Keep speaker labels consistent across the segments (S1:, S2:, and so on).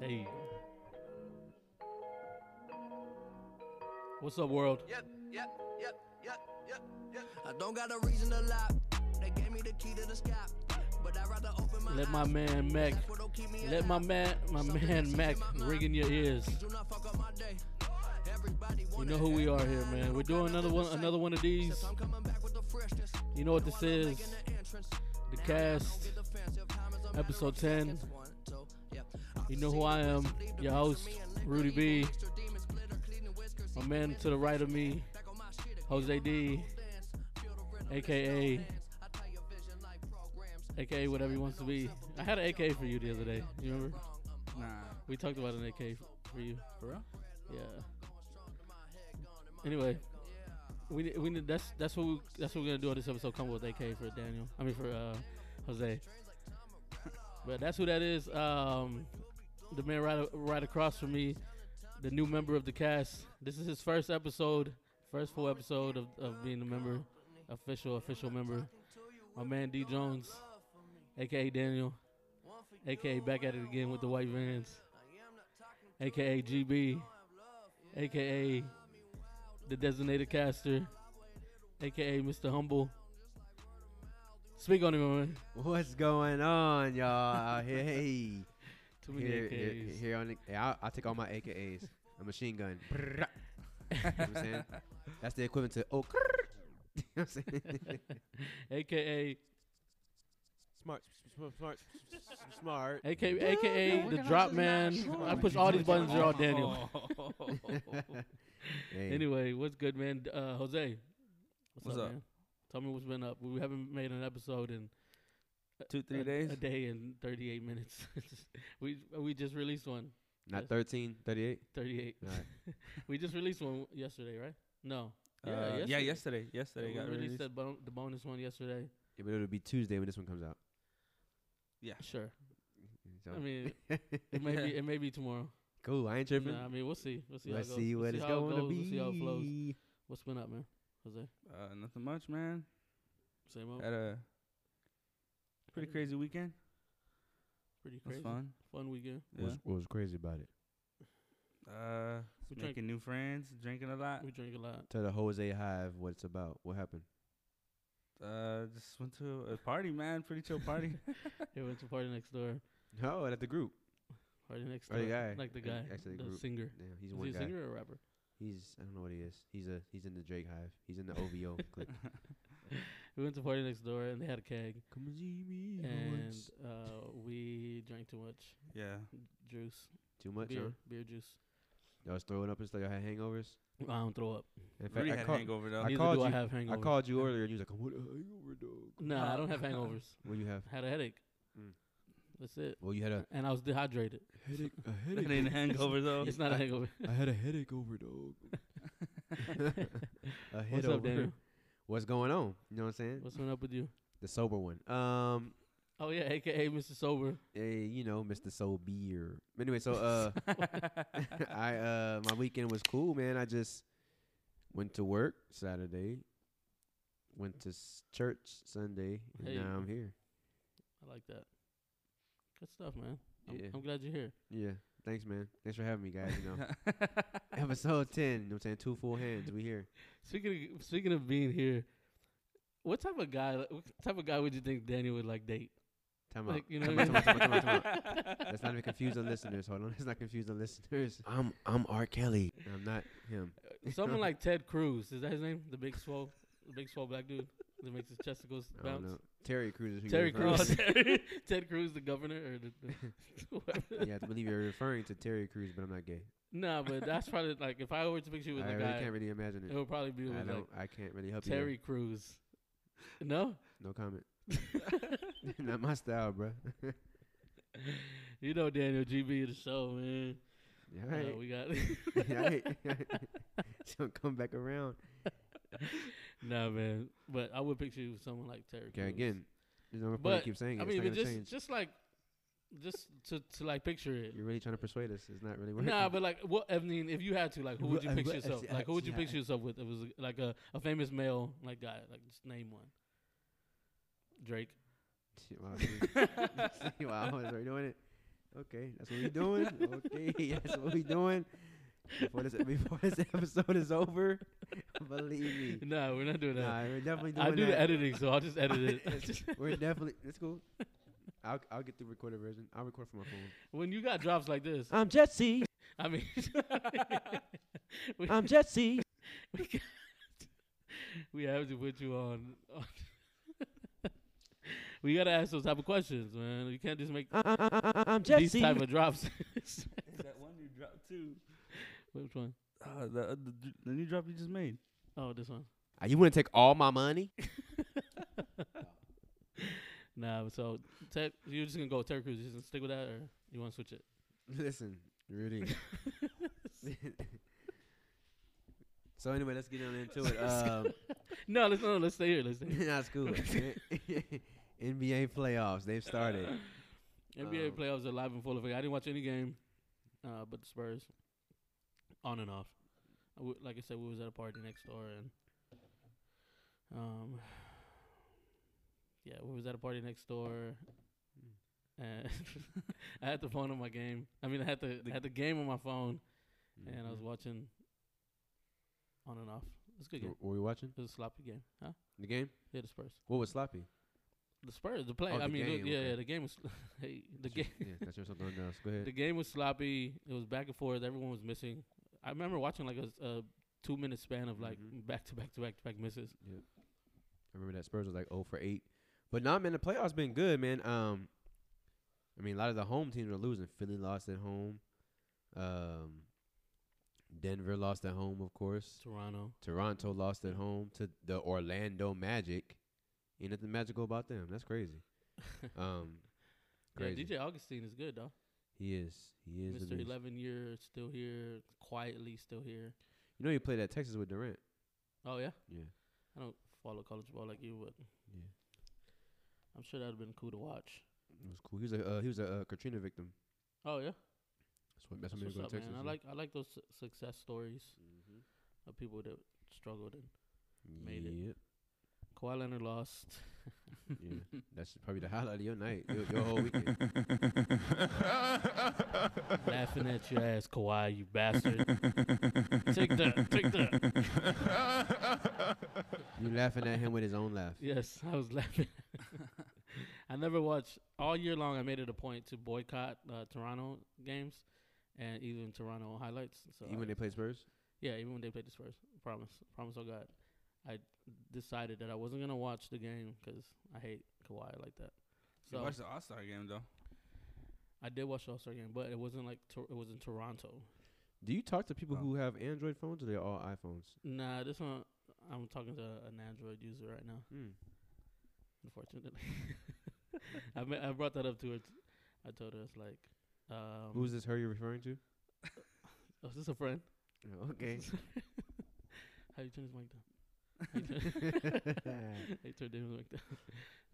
S1: There you go. What's up, world?
S2: Yep, yep, yep, yep, yep, yep.
S3: I don't got a reason to lie. They gave me the key to the sky. But I'd rather open my
S1: Let my
S3: eyes.
S1: man Mac,
S3: That's what'll keep me
S1: let my
S3: alive.
S1: man, my
S3: Something
S1: man
S3: that's
S1: Mac,
S3: keeping my
S1: ring in your ears.
S3: Do not fuck up my day. Everybody
S1: You
S3: wanna
S1: know who we
S3: act
S1: are here,
S3: mine. I
S1: man.
S3: don't
S1: We're
S3: got
S1: doing
S3: nothing
S1: another
S3: to
S1: one,
S3: say.
S1: another one of these.
S3: Except I'm coming back with the freshness.
S1: You know what this
S3: I love
S1: is?
S3: making the entrance.
S1: The
S3: Now I
S1: cast,
S3: don't get defensive. Time is a matter
S1: episode
S3: of
S1: 10.
S3: seconds. One, two, yeah.
S1: You know who I am, your host, Rudy B. My man to the right of me, Jose D, aka, aka whatever he wants to be. I had an AK for you the other day. You remember?
S4: Nah.
S1: We talked about an AK for you.
S4: For real?
S1: Yeah. Anyway, we we need- that's that's what we, that's what we're gonna do on this episode. Come with AK for Daniel. I mean for uh, Jose. but that's who that is. Um, the man right right across from me, the new member of the cast. This is his first episode, first full episode of, of being a member, official official member. My man D Jones, aka Daniel, aka back at it again with the white vans, aka GB, aka the designated caster, aka Mr. Humble. Speak on it, my man.
S5: What's going on, y'all? out here? Hey,
S1: Too many
S5: here, here,
S1: AKs.
S5: here on the, yeah, I'll, I'll take all my AKAs. A machine gun. you know what I'm saying? That's the equivalent to oh. you know what I'm saying?
S1: AKA,
S5: Smart, smart, smart, smart.
S1: AKA, AKA the drop man. I push all these buttons, they're all Daniel.
S4: Oh,
S1: Anyway, what's good, man? Uh, Jose, what's,
S4: What's
S1: up,
S4: up?
S1: man? Tell me what's been up. We haven't made an episode in
S4: Two, three
S1: a,
S4: days?
S1: a day and 38 minutes. we we just released one.
S5: not 13, 38.
S1: 38.
S5: All right.
S1: we just released one yesterday, right? No.
S4: Uh, yeah, yesterday.
S1: Yeah,
S4: Yesterday
S1: we
S4: got
S1: released,
S4: released.
S1: that bon- the bonus one yesterday.
S5: Yeah, but it'll be Tuesday when this one comes out.
S1: Sure.
S5: So,
S1: I mean, it may be it may be tomorrow.
S5: cool. I ain't tripping.
S1: Nah, I mean, we'll see. We'll see.
S5: Let's
S1: how it goes.
S5: see
S1: We'll
S5: what it's
S1: how it
S5: going to
S1: goes.
S5: be.
S1: We'll see how it flows. What's been up, man? Jose,
S4: Uh, nothing much, man.
S1: same old.
S4: Had a pretty crazy weekend.
S1: Pretty
S4: It was
S1: crazy. Fun.
S4: fun.
S1: weekend.
S4: Yeah.
S5: What's, what was crazy about it?
S4: Uh,
S1: We drank.
S4: making new friends, drinking a lot.
S1: We drank a lot.
S5: Tell the Jose Hive what it's about. What happened?
S4: Uh, just went to a party, man. Pretty chill party.
S1: They went to party next door.
S5: No, Oh, at the group.
S1: Party next door.
S5: Or the guy.
S1: Like the
S5: Uh,
S1: guy.
S5: Actually,
S1: the
S5: group.
S1: singer.
S5: Yeah, he's
S1: Is
S5: one
S1: he a
S5: guy.
S1: singer or a rapper?
S5: He's I don't know what he is. He's a he's in the Drake Hive. He's in the OVO clique.
S1: We went to party next door and they had a keg
S5: Come and see me
S1: and
S5: once.
S1: uh, we drank too much
S4: yeah.
S1: juice,
S5: Too much,
S1: beer,
S5: huh?
S1: beer juice.
S5: Y'all was throwing up and stuff. Y'all had hangovers.
S1: I don't throw up.
S5: In
S4: Rudy
S5: I,
S4: had
S5: call-
S4: hangover though.
S5: I
S1: Neither
S5: called
S1: do I
S5: you-
S1: have
S5: I
S1: hangovers.
S5: called you earlier and you was like, "I'm with a hangover, dog."
S1: Nah, I don't have hangovers.
S5: What you have?
S1: had a headache.
S5: Mm.
S1: That's it.
S5: Well, you had a
S1: And I was dehydrated.
S5: headache. A
S4: It
S5: headache.
S4: ain't a
S5: over-
S4: hangover though.
S1: It's not a hangover.
S5: I had a headache over, dog. a head
S1: What's
S5: over.
S1: up, Daniel?
S5: What's going on? You know what I'm saying?
S1: What's been up with you?
S5: the sober one. Um,
S1: Oh yeah, aka Mr. Sober.
S5: eh, you know, Mr. Sober. Anyway, so uh. I uh my weekend was cool, man. I just went to work Saturday, went to s- church Sunday, and
S1: Hey.
S5: now I'm here.
S1: I like that. Good stuff, man. I'm,
S5: Yeah.
S1: I'm glad you're here.
S5: Yeah. Thanks, man. Thanks for having me, guys. You know, episode ten. You know what I'm saying? Two full hands. We here.
S1: Speaking of, speaking of being here, what type of guy? What type of guy would you think Daniel would like date?
S5: Time out.
S1: Like you know
S5: Time
S1: what I mean?
S5: out, time out, time out, time out, time out. Let's not even confuse the listeners. Hold on. Let's not confuse the listeners. I'm I'm R. Kelly. I'm not him.
S1: Someone Uh, like Ted Cruz. Is that his name? The big swole, the big swole black dude that makes his chesticles
S5: I don't
S1: bounce.
S5: know. Terry Crews. Is who you're
S1: Terry
S5: referring
S1: Cruz.
S5: to.
S1: Ted Cruz, the governor or the, the whoever.
S5: yeah, I believe you're referring to Terry Crews, but I'm not gay.
S1: Nah, but that's probably like if I were to picture you
S5: I
S1: with a
S5: really
S1: guy,
S5: can't really imagine
S1: it
S5: it.
S1: would probably be
S5: I
S1: with like
S5: don't. I can't really help you. there.
S1: Terry Crews. No,
S5: No comment. Not my style, bro.
S1: you know Daniel GB of the show, man.
S5: All
S1: Uh,
S5: right.
S1: we got
S5: All right. so come back around.
S1: nah, man. But I would picture you with someone like Terry.
S5: Okay,
S1: Crews.
S5: again, there's no point in
S1: But,
S5: keep saying it.
S1: I mean,
S5: it's
S1: but
S5: not gonna
S1: just
S5: change.
S1: just like just to to like picture it.
S5: You're really trying to persuade us. It's not really working.
S1: Nah, but like, what? I mean, if you had to, like, who would you
S5: Well,
S1: picture
S5: well,
S1: yourself?
S5: yeah,
S1: Like, who would you
S5: yeah.
S1: picture yourself with? If it was like a, a famous male, like guy, like just name one. Drake.
S5: Wow, see- see, wow, I was already doing it. Okay, that's what we doing. okay, that's what we doing. Before this, before this episode is over, believe me.
S1: No, we're not doing that.
S5: Nah, we're definitely doing
S1: I do the
S5: that.
S1: editing, so I'll just edit it.
S5: we're definitely. It's cool. I'll I'll get the recorded version. I'll record from my phone.
S1: when you got drops like this,
S5: I'm Jesse.
S1: I mean, we,
S5: Jesse.
S1: we, got, we have to put you on. on we gotta ask those type of questions, man. You can't just make
S5: I'm
S1: these type of drops.
S4: that one you dropped too.
S1: Which one?
S4: Uh, the, uh, the the new drop you just made.
S1: Oh, this one.
S5: Uh, you want to take all my money?
S1: Nah, but so Ted, you're just gonna go with Terry Crews. You just gonna stick with that, or you want to switch it?
S5: Listen, Rudy. so anyway, let's get on into it. Um,
S1: No, let's no, let's stay here. Let's stay. Here.
S5: that's cool. NBA playoffs. They've started.
S1: NBA
S5: Um,
S1: playoffs are live and full of I didn't watch any game, uh, but the Spurs, on and off. I w- like I said, we was at a party next door, and um, yeah, we was at a party next door,
S5: Hmm.
S1: and I had the phone on my game. I mean, I had the, had the game on my phone,
S5: Mm-hmm.
S1: and I was watching on and off. It was a good game.
S5: W- Were we watching
S1: It was a sloppy game, huh?
S5: the game?
S1: Yeah, the Spurs,
S5: What was sloppy?
S1: the Spurs, the play.
S5: Oh,
S1: I
S5: the
S1: mean,
S5: game,
S1: the, yeah,
S5: okay.
S1: yeah, the game was. hey, the
S5: That's your-
S1: game.
S5: yeah, that's your something else. Go ahead.
S1: The game was sloppy. It was back and forth. Everyone was missing. I remember watching like a, s- a two minute span of like
S5: Mhm.
S1: back to back to back to back misses.
S5: I remember that Spurs was like 0 for 8. But nah, man, the playoffs been good, man. Um, I mean, a lot of the home teams are losing. Philly lost at home. Um, Denver lost at home, of course.
S1: Toronto.
S5: Toronto lost at home to the Orlando Magic. Ain't nothing magical about them. That's crazy. Um, crazy.
S1: Yeah, DJ Augustine is good though.
S5: He is. He is. the
S1: Mister
S5: beast.
S1: Eleven year still here, quietly still here.
S5: You know he played at Texas with Durant.
S1: Oh yeah,
S5: Yeah.
S1: I don't follow college ball like you, but
S5: Yeah.
S1: I'm sure that'd have been cool to watch.
S5: It was cool. He was a uh, he was a uh, Katrina victim.
S1: Oh yeah,
S5: That's what that's
S1: that's
S5: what made him
S1: what's
S5: go
S1: up,
S5: to Texas.
S1: man. I
S5: yeah. Mm-hmm.
S1: like I like those su- success stories of people that struggled and made it.
S5: Yep.
S1: Kawhi Leonard lost.
S5: Yeah. That's probably the highlight of your night. Your, your whole weekend.
S1: laughing at your ass, Kawhi, you bastard. take that, take that.
S5: You laughing at him with his own laugh.
S1: Yes, I was laughing. I never watched all year long. I made it a point to boycott uh, Toronto games and even Toronto highlights. So
S5: Even when they
S1: I-
S5: play Spurs.
S1: yeah, even when they played the Spurs, promise, promise, oh God, I decided that I wasn't gonna watch the game 'cause I hate Kawhi like that.
S4: You
S1: So
S4: watched the All Star game though.
S1: I did watch the All Star game, but it wasn't like Tor- it was in Toronto.
S5: Do you talk to people
S4: Oh.
S5: who have Android phones or they're all iPhones?
S1: Nah, this one I'm talking to an Android user right now.
S5: Hmm.
S1: unfortunately. I me- I brought that up to her. T- I told her it's like, um,
S5: Who's this? Her you're referring to?
S1: oh, is this a friend?
S5: Oh, Okay.
S1: How you turn his mic down? How you turn David's mic down?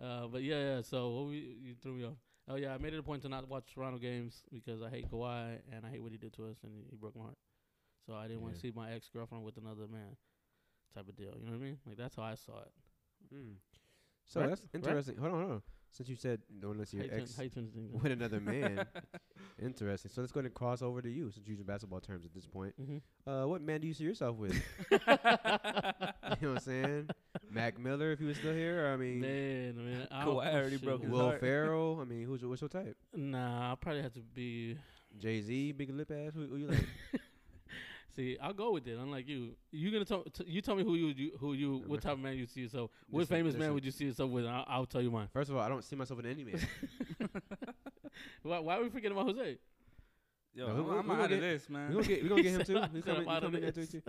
S1: Uh, but yeah, yeah. So what we you threw me off. Oh yeah, I made it a point to not watch Toronto games because I hate Kawhi and I hate what he did to us and he broke my heart. So I didn't want
S5: Yeah.
S1: to see my ex girlfriend with another man, type of deal. You know what I mean? Like that's how I saw it.
S5: Hmm. So
S1: Right,
S5: that's
S1: right.
S5: interesting. Hold on, hold on. Since you said no, unless
S1: How
S5: your
S1: you turn-
S5: ex
S1: how you turn this thing down?
S5: with another man, interesting. So let's go ahead and cross over to you, since you're using basketball terms at this point.
S1: Mhm.
S5: Uh, what man do you see yourself with? you know what I'm saying? Mac Miller, if he was still here. Or, I mean,
S1: Man, man, I
S4: Kawhi
S1: don't-
S4: already broke his
S1: Well,
S5: Will
S4: heart.
S5: Ferrell. I mean, who's your, what's your type?
S1: Nah, I probably have to be.
S5: Jay Z, big lip ass. Who, who you like?
S1: See, I'll go with it. Unlike you, you gonna tell t- you tell me who you, you who you
S5: No,
S1: what
S5: listen.
S1: type of man you see yourself. What
S5: Listen,
S1: famous man
S5: listen.
S1: would you see yourself with? And I'll, I'll tell you mine.
S5: First of all, I don't see myself in any man.
S1: Why, why are we forgetting about Jose?
S4: Yo,
S5: No,
S4: I'm,
S5: we- we
S4: I'm
S5: gonna
S4: out
S5: get-
S4: of this,
S5: we
S4: man.
S5: gonna get we gonna get him
S1: He said,
S5: too.
S1: "I
S5: He's
S1: said I'm
S5: coming, he's
S1: out of
S5: coming in there
S1: this."
S5: too.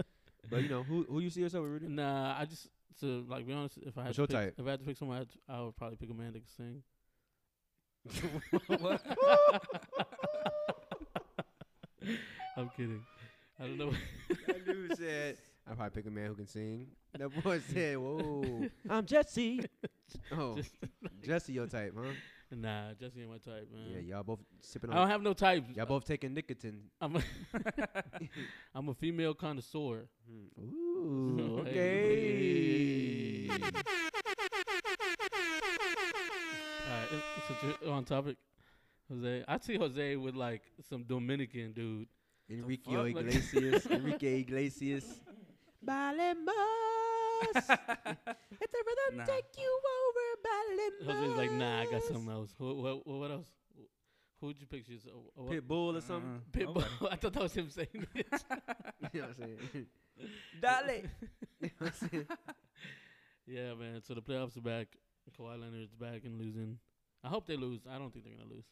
S5: But you know who who you see yourself with, Rudy?
S1: Nah, I just to like be honest. If I had
S5: What's
S1: to
S5: your
S1: pick,
S5: type?
S1: if I had to pick someone, I'd, I would probably pick a man that can sing.
S4: What?
S1: I'm kidding. I don't know.
S5: That dude said, "I probably pick a man who can sing." That boy said, "Whoa, I'm Jesse." Oh,
S1: Just
S5: Jesse, your type, huh?
S1: nah, Jesse ain't my type,
S5: Yeah,
S1: man.
S5: y'all both sipping
S1: I don't
S5: on.
S1: have no type.
S5: Y'all both taking nicotine.
S1: I'm a, I'm a female connoisseur.
S5: Hmm. Ooh,
S1: Hey.
S5: okay.
S1: All right, since you're on topic, Jose. I see Jose with like some Dominican dude.
S5: Enrique
S1: fuck? Like-
S5: Iglesias. Enrique Iglesias. Balemos. Let the rhythm
S4: Nah.
S5: take you over, Balemos.
S1: Jose's like, nah, I got something else. Who, what, what else? Who'd you picture? yourself- uh, what-
S5: Pitbull or
S4: Uh-uh.
S5: something.
S1: Pitbull. I thought that was him saying it.
S5: you know what I'm saying?
S4: Dale.
S5: You know what I'm saying?
S1: yeah, man. So the playoffs are back. Kawhi Leonard's back and losing. I hope they lose. I don't think they're gonna lose.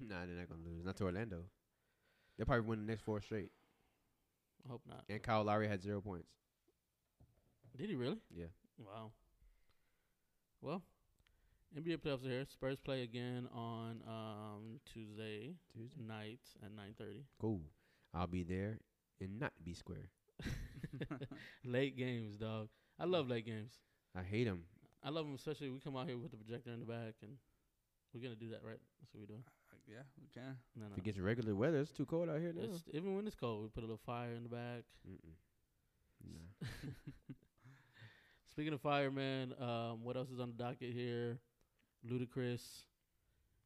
S5: nah, they're not gonna lose. Not to Orlando. They'll probably win the next four straight.
S1: I hope not.
S5: And Kyle Lowry had zero points.
S1: Did he really?
S5: Yeah.
S1: Wow. Well, NBA playoffs are here. Spurs play again on um, Tuesday
S5: Tuesday.
S1: night at nine thirty.
S5: Cool. I'll be there and not be square.
S1: late games, dog. I love late games.
S5: I hate him.
S1: I love them, especially we come out here with the projector in the back, and we're gonna do that, right? That's what we're doing.
S4: Oh, yeah, we can.
S1: No, no.
S5: If it gets regular weather, it's too cold out here now.
S1: It's, even when it's cold, we put a little fire in the back.
S5: Mm-mm. Nah.
S1: Speaking of fire, man, um, what else is on the docket here? Ludacris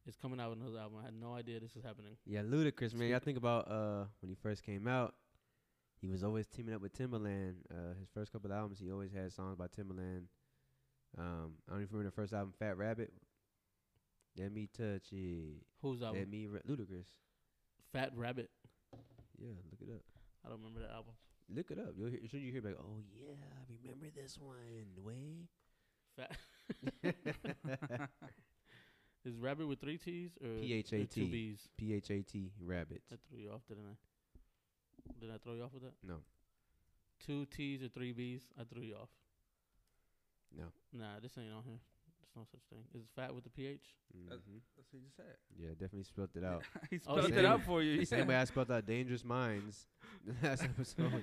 S1: is coming out with another album. I had no idea this was happening.
S5: Yeah, Ludacris, man. Y'all think about uh when he first came out, he was always teaming up with Timbaland. Uh, his first couple albums, he always had songs by Timbaland. Um, I don't even remember the first album, Fat Rabbit. Let me touch it.
S1: Who's album?
S5: Let me ra- Ludacris.
S1: Fat Rabbit.
S5: Yeah, look it up.
S1: I don't remember that album.
S5: Look it up. You'll hear, soon you hear like, oh yeah, I remember this one. Way.
S1: Fat is Rabbit with three T's or
S5: P H
S1: or
S5: A
S1: two
S5: T.
S1: B's?
S5: P H A T Rabbit.
S1: I threw you off, didn't I? Did I throw you off with that?
S5: No,
S1: Two T's or three B's? I threw you off.
S5: no.
S1: Nah, this ain't on here. There's no such thing. Is fat with the PH?
S5: hmm
S4: Uh, That's what you said.
S5: Yeah, definitely spelt it out.
S4: he
S1: Oh,
S4: spelled
S5: same
S4: it out
S5: way.
S4: for you. He
S5: Same way
S4: said,
S5: I spelled out Dangerous Minds the last episode.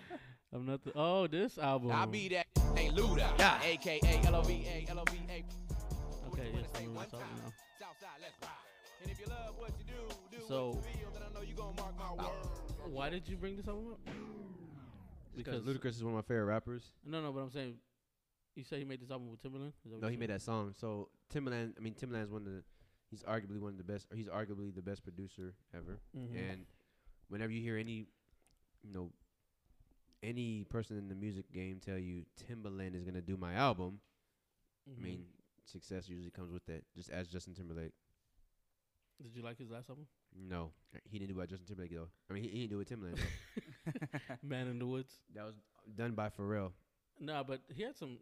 S1: I'm not. The, oh, this album.
S6: I be that hey Luda, aka L-O-V-A, L-O-V-A.
S1: Okay, yes, I remember talking now. So, why did you bring this album up? Because
S5: Because Ludacris is one of my favorite rappers.
S1: no, no, but I'm saying, you say he made this album with Timberland. Is that what
S5: No,
S1: you
S5: he made
S1: said?
S5: that song. So Timbaland, I mean Timbaland's one of the, he's arguably one of the best. Or he's arguably the best producer ever.
S4: Mm-hmm.
S1: Mhm.
S5: And whenever you hear any, you know, any person in the music game tell you Timbaland is gonna do my album,
S1: Mm-hmm.
S5: I mean, success usually comes with that. Just as Justin Timberlake.
S1: Mhm. did you like his last album?
S5: No, he didn't do it by Justin Timberlake though. I mean, he, he didn't do it with Timbaland. though.
S1: Man in the Woods.
S5: that was done by Pharrell.
S1: Nah, but he had some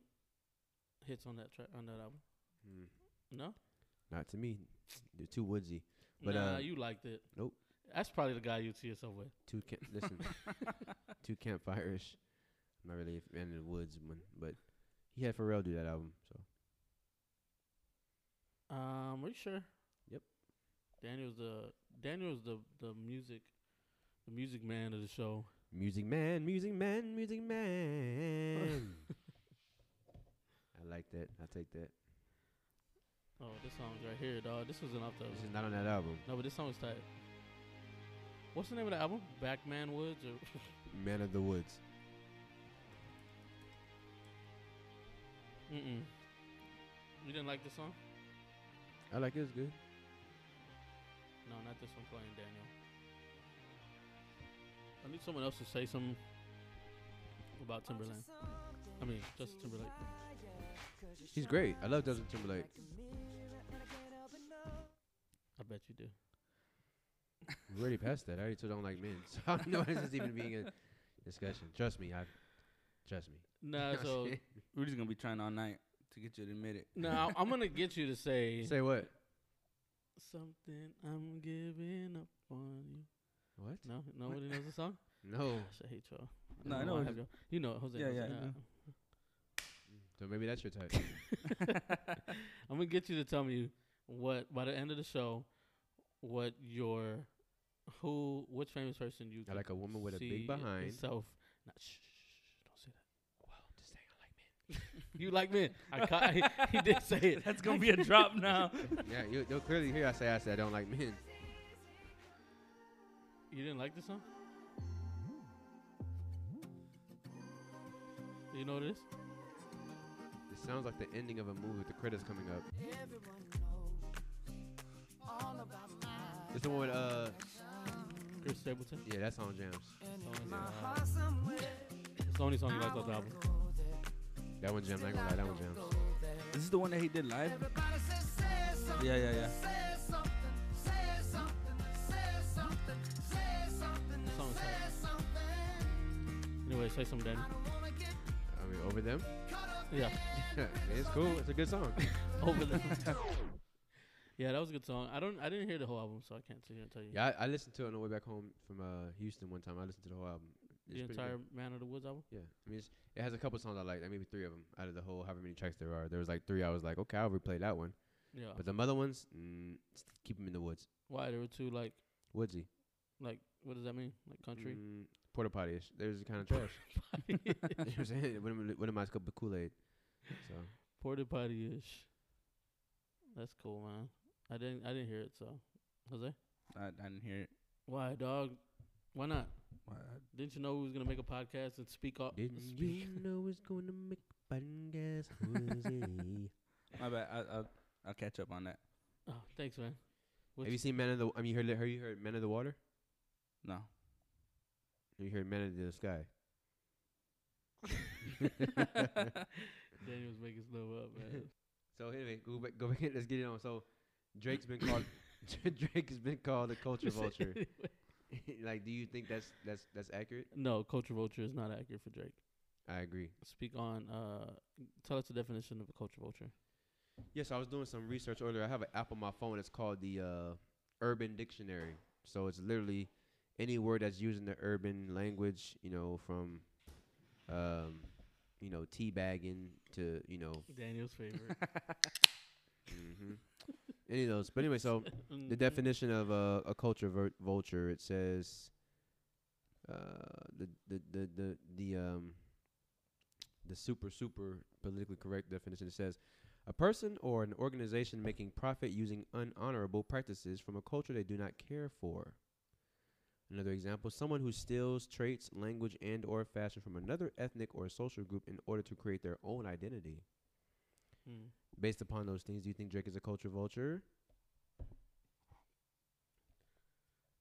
S1: hits on that track on that album.
S5: Mm,
S1: No,
S5: Not to me. They're too woodsy. But,
S1: nah,
S5: uh,
S1: you liked it.
S5: nope.
S1: That's probably the guy you'd see yourself with.
S5: Two camp. Listen, two campfire-ish. I'm not really a fan of the woods one, but he had Pharrell do that album. So
S1: Um, are you sure?
S5: Yep.
S1: Daniel's the Daniel's the the music, the music man of the show.
S5: music man, music man, music man. I like that. I take that.
S1: Oh, this song's right here, dog. This wasn't off the.
S5: This is not on that album.
S1: No, but this song was tight. What's the name of the album? Backman Woods or
S5: Man of the Woods.
S1: Mm-mm. You didn't like this song?
S5: I like it. It's good.
S1: No, not this one playing Daniel. I need someone else to say something about Timberland. I mean, Justin Timberlake.
S5: He's great. I love Justin Timberlake.
S1: I bet you do.
S5: We're already past that. I already told you I don't like men, so I don't know this is even being a discussion. Trust me. I trust me.
S1: Nah, so
S4: Rudy's gonna be trying all night to get you to admit it.
S1: now I'm gonna get you to say
S5: Say what?
S1: something. I'm giving up on you.
S5: What?
S1: No, nobody knows the song.
S5: No.
S1: Gosh, I hate y'all.
S4: No, I
S1: don't
S4: know
S1: why
S4: it's-
S1: have y'all. You know, it, Jose.
S4: Yeah,
S1: knows
S4: yeah,
S1: it.
S4: I do.
S5: So maybe that's your type.
S1: I'm gonna get you to tell me what by the end of the show, what your who which famous person you
S5: I like a woman with a
S1: see
S5: big behind.
S1: yourself. Nah, shh, shh, shh, don't say that. Well, just saying, I like men. you like men? I ca- he, he did say it.
S4: That's gonna be a drop now.
S5: yeah, you, you'll clearly hear I say I said I don't like men.
S1: You didn't like this song? Do you know what it is?
S5: It sounds like the ending of a movie with the credits coming up.
S7: Everyone knows all about my
S5: It's the one with, uh,
S1: Chris Stapleton.
S5: yeah, that song jams.
S1: It's the only song- uh, It's the only song he likes off the album.
S5: That one jams. I ain't gonna lie, that one jams.
S4: This is the one that he did live. Yeah, yeah, yeah.
S1: That song is hard. Anyway, say something, Danny.
S5: I mean, over them.
S1: Yeah,
S5: it's cool. It's a good song.
S1: over the. yeah, that was a good song. I don't. I didn't hear the whole album, so I can't sit here and tell you.
S5: Yeah, I, I listened to it on the way back home from uh, Houston one time. I listened to the whole album. It's
S1: the
S5: pretty
S1: entire
S5: Good.
S1: Man of the Woods album.
S5: Yeah, I mean, it's, it has a couple songs I like, like maybe three of them out of the whole however many tracks there are. There was like three I was like, okay, I'll replay that one.
S1: Yeah.
S5: But the other ones, mm, s- keep them in the woods,
S1: Why there were two like
S5: woodsy,
S1: like what does that mean? Like country.
S5: mm, porta potty. There's kind of trash.
S1: Mm.
S5: you know what I'm saying? What am, what am I cup of Kool Aid? So
S1: Porta potty ish. That's cool, man. I didn't. I didn't hear it. So, Jose,
S4: I, I didn't hear it.
S1: why, dog? Why not?
S4: What?
S1: Didn't you know we was gonna make a podcast and speak up?
S5: didn't
S1: speak?
S5: you know it's going to make a podcast woodsy?
S4: My bad. I, I'll, I'll catch up on that.
S1: Oh, thanks, man.
S5: Have you seen Man of the? I mean, you heard have you heard Man of the Water?
S4: No.
S5: Have you heard Man of the Sky?
S1: Daniel's making stuff up, man.
S5: So anyway, go back, go back in. Let's get it on. So Drake's been called. Drake has been called a culture vulture. like, do you think that's that's that's accurate?
S1: no, culture vulture is not accurate for Drake.
S5: I agree.
S1: Speak on. Uh, tell us the definition of a culture vulture.
S5: Yes, I was doing some research earlier. I have an app on my phone. It's called the uh, Urban Dictionary. So it's literally any word that's used in the urban language. You know, from um, you know, teabagging to you know,
S1: Daniel's favorite.
S5: mhm. any of those. But anyway, so.
S1: Mm.
S5: The
S1: Mm-hmm.
S5: definition of a, a culture vert vulture it says uh, the, the the the the um the super super politically correct definition it says a person or an organization making profit using unhonorable practices from a culture they do not care for. Another example, someone who steals traits, language and or fashion from another ethnic or social group in order to create their own identity.
S1: Mm.
S5: Based upon those things, do you think Drake is a culture vulture?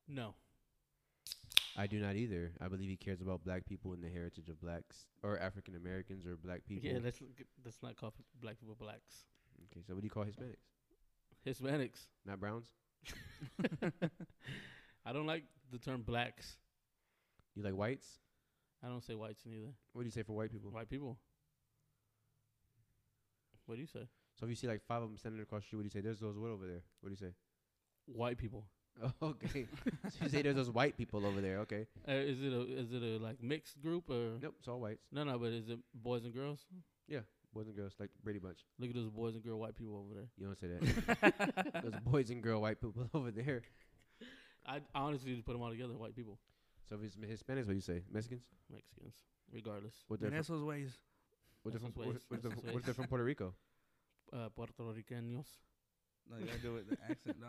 S1: No.
S5: I do not either. I believe he cares about black people and the heritage of blacks or African Americans or black people.
S1: Yeah, let's let's not call black people blacks.
S5: okay, so what do you call Hispanics?
S1: Hispanics.
S5: Not browns?
S1: I don't like the term blacks.
S5: You like whites?
S1: I don't say whites neither.
S5: What do you say for white people?
S1: White people. What do you say?
S5: So if you see like five of them standing across the street, what do you say? There's those what over there? What do you say?
S1: White people.
S5: Oh, okay. so you say there's those white people over there. Okay.
S1: Uh, is it a is it a like mixed group or
S5: Nope, it's all whites.
S1: no no? But is it boys and girls?
S5: Boys and girls, like Brady Bunch.
S1: Look at those boys and girl white people over there.
S5: You don't say that. those boys and girl white people over there.
S1: I honestly just put them all together. White people,
S5: So if it's Hispanics, what do you say? Mexicans?
S1: Mexicans, regardless.
S5: What they're from,
S4: Vanessa's ways.
S5: what they're from,
S1: That's
S5: what,
S1: those ways. That's
S5: what they're,
S1: those
S5: from- what
S1: ways.
S5: they're from Puerto Rico?
S1: Uh, Puerto Ricanos.
S4: No, you gotta do it with the accent. No,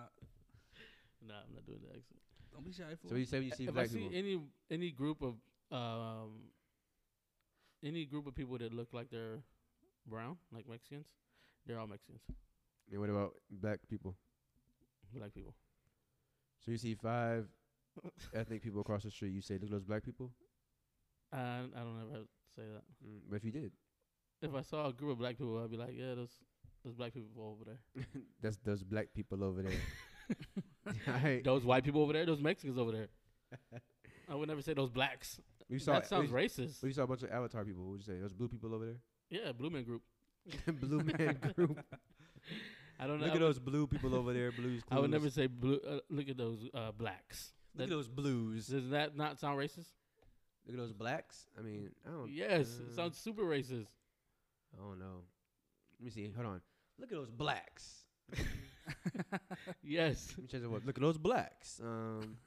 S1: Nah, I'm not doing the accent.
S4: don't be shy.
S5: So
S4: Fool.
S5: what do you say when you see
S1: if I
S5: black
S1: see
S5: people?
S1: any any group of um any group of people that look like they're brown, like Mexicans, they're all Mexicans,
S5: and what about black people?
S1: black people.
S5: So you see five ethnic people across the street. You say, "Look at those black people."
S1: I I don't ever say that.
S5: Mm, but if you did,
S1: If I saw a group of black people, I'd be like, yeah, those those black people over there,
S5: that's those black people over there. I,
S1: those white people over there, those Mexicans over there. I would never say those blacks.
S5: we saw
S1: that sounds
S5: we,
S1: racist.
S5: We saw a bunch of Avatar people. What would you say? Those blue people over there.
S1: yeah, Blue Man Group.
S5: blue man group.
S1: I don't know. I
S5: Look at
S1: would-
S5: those blue people over there. Blues.
S1: I would
S5: Clues.
S1: never say blue. Uh, look at those uh, blacks.
S5: Look at
S1: that-
S5: those blues.
S1: Does that not sound racist?
S5: Look at those blacks. I mean, I don't.
S1: Yes,
S5: uh,
S1: it sounds super racist.
S5: I don't know. Let me see. Hold on. Look at those blacks.
S1: Yes.
S5: Let me change the word. Look at those blacks. Um,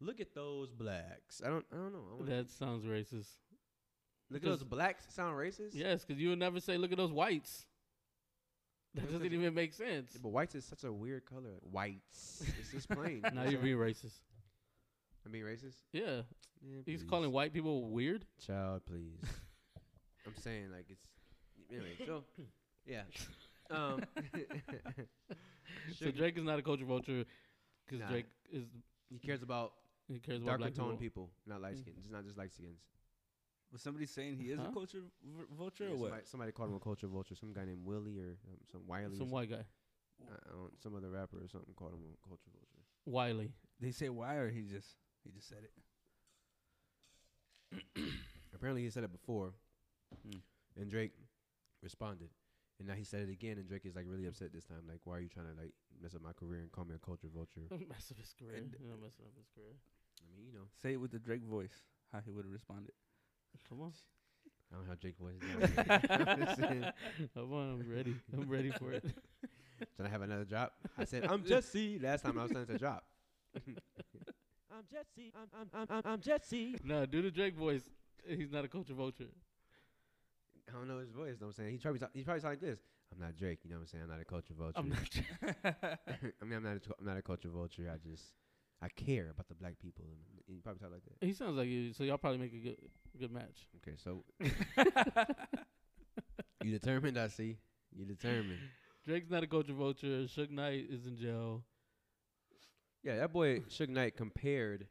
S5: look at those blacks. I don't. I don't know. I wanna-
S1: That sounds racist.
S5: look at
S1: because-
S5: those blacks. Sound racist?
S1: Yes, because you would never say, look at those whites. That doesn't even make sense.
S5: Yeah, but whites is such a weird color. Like, whites. It's just plain.
S1: Now you're being racist.
S5: I'm being racist.
S1: Yeah.
S5: Yeah,
S1: He's calling white people weird.
S5: child, please. I'm saying like it's anyway. So yeah. Um,
S1: So
S5: Sugar-
S1: Drake is not a culture vulture. because
S5: Nah.
S1: Drake is
S5: He cares about
S1: he cares about
S5: darker
S1: black
S5: toned
S1: people.
S5: people, not light
S1: Mm.
S5: skins. It's not just light skins.
S4: Was somebody saying he is
S1: Huh?
S4: a culture v- vulture
S5: Yeah,
S4: or what?
S5: somebody, somebody called him a culture vulture. Some guy named Willie or um, some Wiley.
S1: Some white guy,
S5: I I don't, some other rapper or something called him a culture vulture.
S1: Wiley.
S4: They say why or he just he just said it.
S5: Apparently, he said it before,
S1: Hmm.
S4: Mm.
S5: and Drake responded, and now he said it again, and Drake is like really upset this time. Like, why are you trying to like mess up my career and call me a culture vulture? I
S1: Don't mess up his career.
S4: And-
S1: Don't mess up his career.
S5: mean, you know,
S4: Say it with the Drake voice. How he would have responded.
S1: Come on.
S5: I don't know how Drake was. I'm just saying.
S1: Come on, I'm ready. I'm ready for it.
S5: Should I have another drop? I said, I'm Jesse. Last time I was trying to drop. I'm Jesse. I'm I'm I'm, I'm Jesse.
S1: no, do the Drake voice. He's not a culture vulture.
S5: I don't know his voice. Know what I'm saying he probably talk, he probably sound like this. I'm not Drake. You know what I'm saying? I'm not a culture vulture.
S1: I'm not.
S5: I mean, I'm not a, I'm not a culture vulture. I just I care about the black people. And, and you probably talk like that.
S1: He sounds like you, so y'all probably make a good good match.
S5: Okay, so you determined. I see. You determined.
S1: Drake's not a culture vulture. Suge Knight is in jail.
S5: Yeah, that boy Suge Knight compared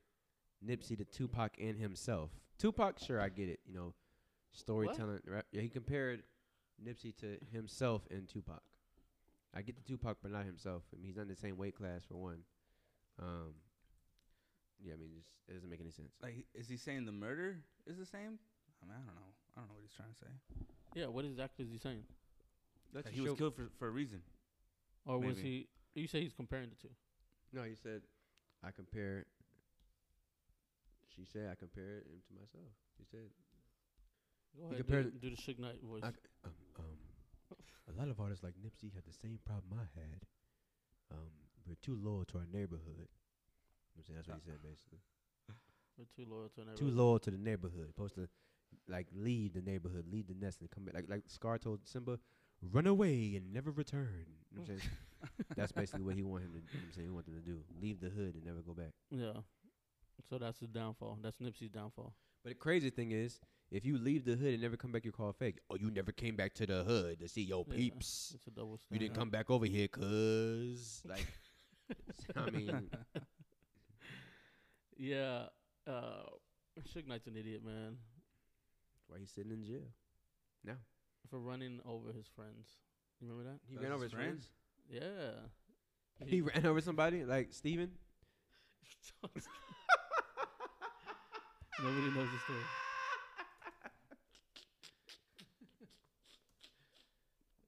S5: Nipsey to Tupac and himself. Tupac, sure, I get it. You know, storytelling. Right? Yeah, he compared Nipsey to himself and Tupac. I get the Tupac, but not himself. I mean, he's not in the same weight class for one. Um, yeah, I mean, just, it doesn't make any sense.
S4: like is he saying the murder is the same? I mean, I don't know. I don't know what he's trying to say.
S1: Yeah, what exactly is he saying?
S5: That's
S4: Like, he was killed for, for a reason.
S1: Or was he?
S4: Maybe.
S1: You say he's comparing the two.
S5: No, he said, I compare. She said, I compare him to myself. She said,
S1: Go ahead.
S5: compared
S1: Do, do
S5: it-
S1: the Suge Knight voice.
S5: I c- um, um, a lot of artists like Nipsey had the same problem I had. Um, we're too loyal to our neighborhood. You know what I'm saying that's what he said basically.
S1: We're too loyal to another.
S5: Too loyal to the neighborhood. Supposed to like leave the neighborhood, leave the nest, and come back. Like like Scar told Simba, run away and never return. You know what I'm saying that's basically what he wanted him to. You know what I'm saying he wanted him to do: leave the hood and never go back.
S1: Yeah. So that's his downfall. That's Nipsey's downfall.
S5: But the crazy thing is, if you leave the hood and never come back, you call it fake. Oh, you never came back to the hood to see your
S1: Yeah.
S5: peeps.
S1: It's a double
S5: You
S1: standard.
S5: didn't come back over here, cuz like I mean
S1: Yeah. Uh, Suge Knight's an idiot, man,
S5: why he's sitting in jail.
S1: for running over his friends. You remember that?
S5: He
S4: That
S5: ran
S4: was
S5: over
S4: his
S5: his friends.
S1: Yeah.
S5: He ran over somebody like Steven?
S1: Nobody knows the story.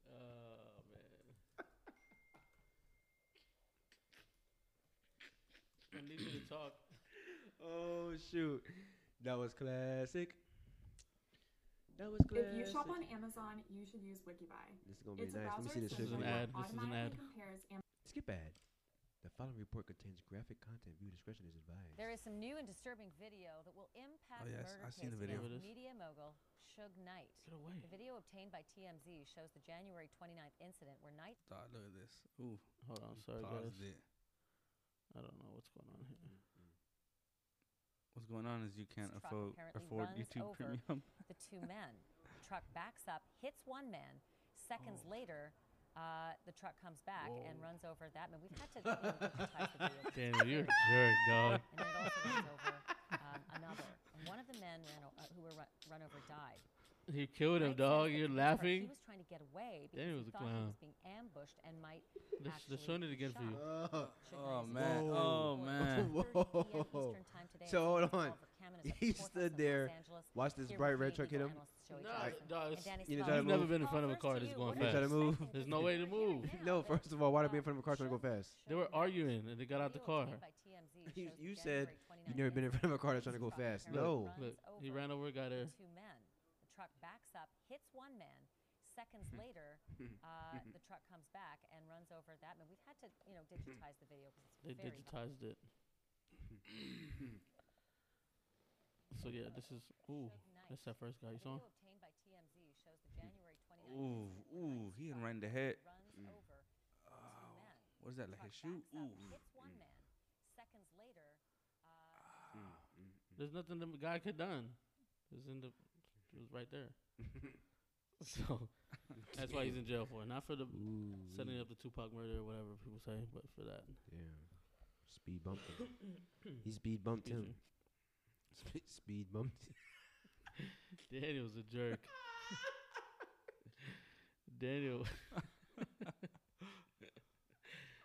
S1: Oh, man. I need you to talk.
S5: Oh shoot. That was classic. That was classic.
S7: If you shop on Amazon, you should use WikiBuy.
S5: this is gonna be
S7: It's a
S5: nice. Let me
S7: browser
S5: see this
S1: This
S5: shit.
S1: is an
S5: real quick.
S1: ad. This is an ad.
S7: automatically compares Am-
S5: Skip ad. The following report contains graphic content. View discretion is advised.
S8: There is some new and disturbing video that will impact
S4: Oh, yeah, I
S8: the
S4: s-
S8: murder
S4: I seen
S8: case
S4: the video.
S1: There
S8: against
S1: it is.
S8: media mogul Suge Knight.
S1: Get away.
S8: The video obtained by TMZ shows the January 29th incident where Knight
S4: Oh, look at this. Ooh,
S1: Hold on.
S4: he
S1: Sorry, guys.
S4: paused it.
S1: I don't know what's going on here.
S4: What's going on is you can't
S8: truck
S4: afford
S8: apparently
S4: afford
S8: runs
S4: YouTube
S8: over
S4: Premium.
S8: the two men. The truck backs up, hits one man. Seconds
S1: Oh.
S8: later, uh, the truck comes back and runs over that man. We've had to you know, digitize the video.
S1: Damn, you're a jerk, dog.
S8: and then it also runs over um, another. And one of the men ran o- uh, who were run, run over died.
S1: You killed him,
S8: Knight says
S1: dog.
S8: that
S1: You're
S8: the first part,
S1: laughing.
S8: He was trying to get away because
S1: Danny
S8: he
S1: was a
S8: thought
S1: clown.
S8: he was being ambushed and might
S1: They're,
S8: actually
S1: showing it
S8: be
S1: again for
S8: shot.
S1: you.
S8: Should
S4: Oh,
S8: Knight
S4: man.
S8: say-
S4: Oh,
S8: Reported
S4: man.
S8: 4:30 p.m.
S5: Whoa.
S8: Eastern time today
S5: So,
S8: at
S5: hold on.
S8: City Hall for Cameron is at
S5: He
S8: the courthouse
S5: stood
S8: in Los
S5: there,
S8: Angeast.
S5: watch this
S8: Here
S5: bright
S8: with
S5: red
S8: me,
S5: truck hit him.
S8: legal analysts Joey
S1: No,
S8: Thompson
S1: dog,
S8: and
S1: it's-
S5: You didn't
S8: Danny Spelling.
S5: try to You've never
S1: been in
S5: move.
S8: Well,
S1: front of a
S8: first
S1: car
S8: to
S1: that's
S8: you,
S1: going
S8: what did
S5: fast.
S8: you
S5: Try to move.
S8: say?
S1: There's no way to move.
S5: No,
S8: that
S5: first of all, why would I be in
S8: uh,
S5: front of a car trying to go
S8: Suge
S5: fast?
S1: They were
S8: Knight
S1: arguing and they got out the car.
S8: video obtained by TMZ
S5: You-
S8: shows
S5: you
S8: the
S5: said you've never
S8: January
S5: been in
S8: 29th
S5: front of a car that's trying to go
S8: incident.
S5: fast. No.
S8: Apparently runs
S1: Look, he ran over, got
S8: the
S1: her.
S8: Two men. The truck backs up, hits one man. Seconds
S5: Hmm.
S8: later, uh, the truck comes back and runs over that man. We've had to, you know,
S5: Hmm.
S8: digitize the video because
S1: They
S8: it's very hard.
S1: digitized it. so yeah, this is ooh.
S8: Suge Knight.
S1: That's that first guy you
S8: A
S1: saw.
S8: video obtained by TMZ shows the January
S4: Ooh,
S8: 29th incident where
S4: ooh,
S8: Knight's
S4: he done
S8: truck
S4: ran the head.
S8: runs
S5: Hmm.
S8: over
S4: Oh,
S8: two
S5: Ah,
S8: men.
S4: what is that like?
S8: Truck
S4: His shoe?
S8: backs
S4: Ooh,
S8: up, uh,
S4: mm,
S8: hits one man. Seconds later, uh,
S1: There's nothing the guy could done. It was in the, it was right there. so that's why he's in jail for it. Not for the setting up the Tupac murder or whatever people say, but for that.
S5: Damn. Speed bumped him. he speed bumped him. Spe- speed bumped.
S1: Daniel's a jerk. Daniel.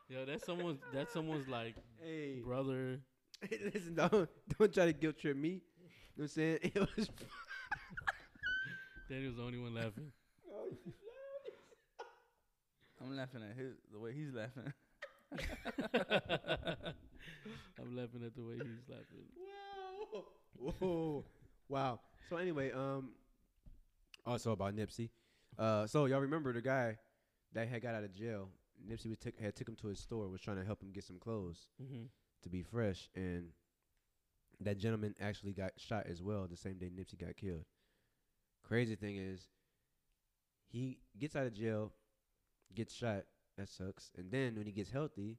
S1: Yo, that's someone's. That's someone's like
S5: Hey,
S1: brother.
S5: listen, don't don't try to guilt trip me. You know what I'm saying? It was.
S1: Daniel's the only one laughing.
S4: I'm laughing at his the way he's laughing.
S1: I'm laughing at the way he's laughing.
S5: Wow. Whoa. wow. So anyway, um, also about Nipsey. Uh, so y'all remember the guy that had got out of jail? Nipsey was took had took him to his store, was trying to help him get some clothes
S1: Mm-hmm.
S5: to be fresh, and that gentleman actually got shot as well the same day Nipsey got killed. Crazy thing is, he gets out of jail, gets shot. That sucks. And then when he gets healthy,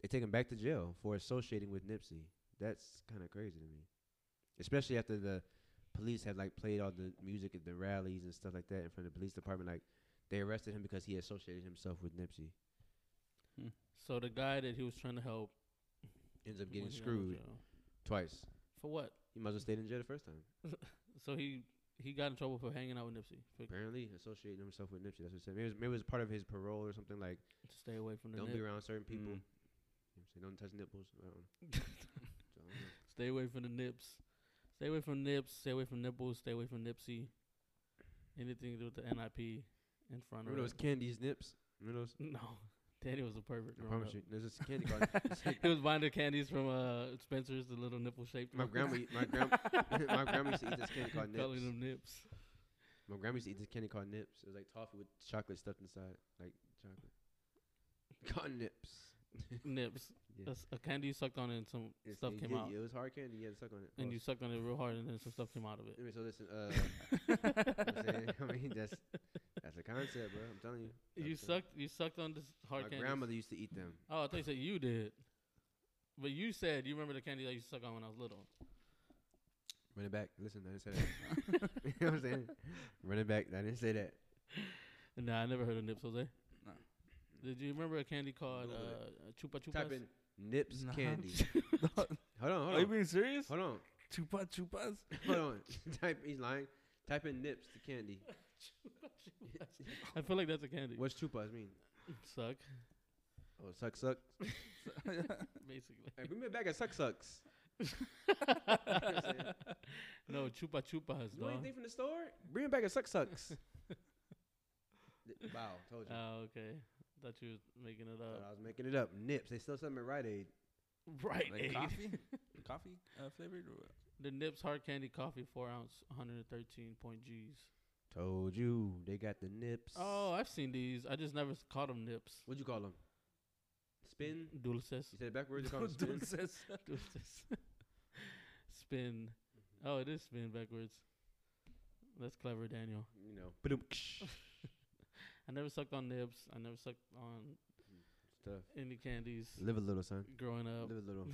S5: they take him back to jail for associating with Nipsey. That's kind of crazy to me, especially after the police had like played all the music at the rallies and stuff like that in front of the police department. Like they arrested him because he associated himself with Nipsey.
S1: So the guy that he was trying to help
S5: Ends up
S1: when
S5: getting
S1: he got out of
S5: screwed
S1: jail.
S5: twice.
S1: for what?
S5: He must have stayed in jail the first time.
S1: So he he got in trouble for hanging out with Nipsey. For, to
S5: Apparently, associating himself with Nipsey. That's what it said. Maybe it was, maybe it was part of his parole or something. Like,
S1: stay away from the
S5: don't
S1: nip.
S5: be around certain people.
S4: Mm.
S5: You know what I'm saying? don't touch nipples. I don't know. So, I don't know.
S1: Stay away from the nips. Stay away from nips. Stay away from nipples. Stay away from Nipsey. Anything to do with the NIP in front of
S5: Remember those candies, nips? Remember those?
S1: No, Danny was a pervert.
S5: I
S1: growing
S5: promise
S1: up.
S5: you. There's this candy called.
S1: he was buying the candies from uh, Spencer's, the little nipple shaped.
S5: my grandma, eat- my grandma, my grandma used to eat this candy called nips.
S1: calling them nips.
S5: My grandma used to eat this candy called nips. It was like toffee with chocolate stuffed inside, like chocolate. Called nips.
S1: nips.
S5: Yeah.
S1: That's a candy you sucked on it and some
S5: It's-
S1: stuff
S5: it-
S1: came
S5: yeah,
S1: out.
S5: yeah, It was hard candy. You had to suck on it.
S1: And
S5: Oh,
S1: you sucked on it real hard, and then some stuff came out of it.
S5: Anyway, so listen, uh, you know what I'm saying? I mean, that's that's a concept, bro. I'm telling you.
S1: You
S5: That's a-
S1: sucked. You sucked on this hard
S5: My
S1: candy.
S5: grandmother used to eat them.
S1: Oh, I thought you said you did, but you said you remember the candy that you sucked on when I was little.
S5: Run it back. Listen, I didn't say that. you know what I'm saying? Run it back. I didn't say that.
S1: Nah, I never heard of nips, Jose.
S4: No.
S1: Did you remember a candy called
S5: Google it.
S1: uh, Chupa Chupas?
S5: Type in nips
S4: Nah.
S5: candy.
S4: No,
S5: Hold on, hold
S4: Are you
S5: on.
S4: being serious?
S5: Hold on.
S4: Chupa chupas.
S5: Hold on. Type he's lying. Type in nips to candy.
S1: I feel like that's a candy.
S5: What's chupas mean?
S1: Suck,
S5: Oh, suck suck.
S1: basically.
S5: Hey, bring me a bag of suck sucks.
S1: no, Chupa Chupas,
S5: You want
S1: dog.
S5: anything from the store? Bring me a bag of suck sucks. Th- wow, told you.
S1: Oh, okay. Thought you was making it
S5: Thought
S1: up.
S5: I was making it up. Nips. They still sell them at Rite Aid.
S1: Right.
S4: like coffee, coffee uh, flavored or what?
S1: The Nips Hard Candy Coffee, four ounce, 113 point G's.
S5: Told you. They got the nips.
S1: Oh, I've seen these. I just never s- called them Nips.
S5: What'd you call them? Spin?
S1: Dulces.
S5: You said it backwards? You call them spin?
S4: says
S1: Dulces. spin. Oh, it is spin backwards. That's clever, Daniel.
S5: You know. Ba-dum,
S1: I never sucked on nips. I never sucked on
S5: Stuff.
S1: any candies
S5: Live a little, son.
S1: growing up.
S5: Live a little.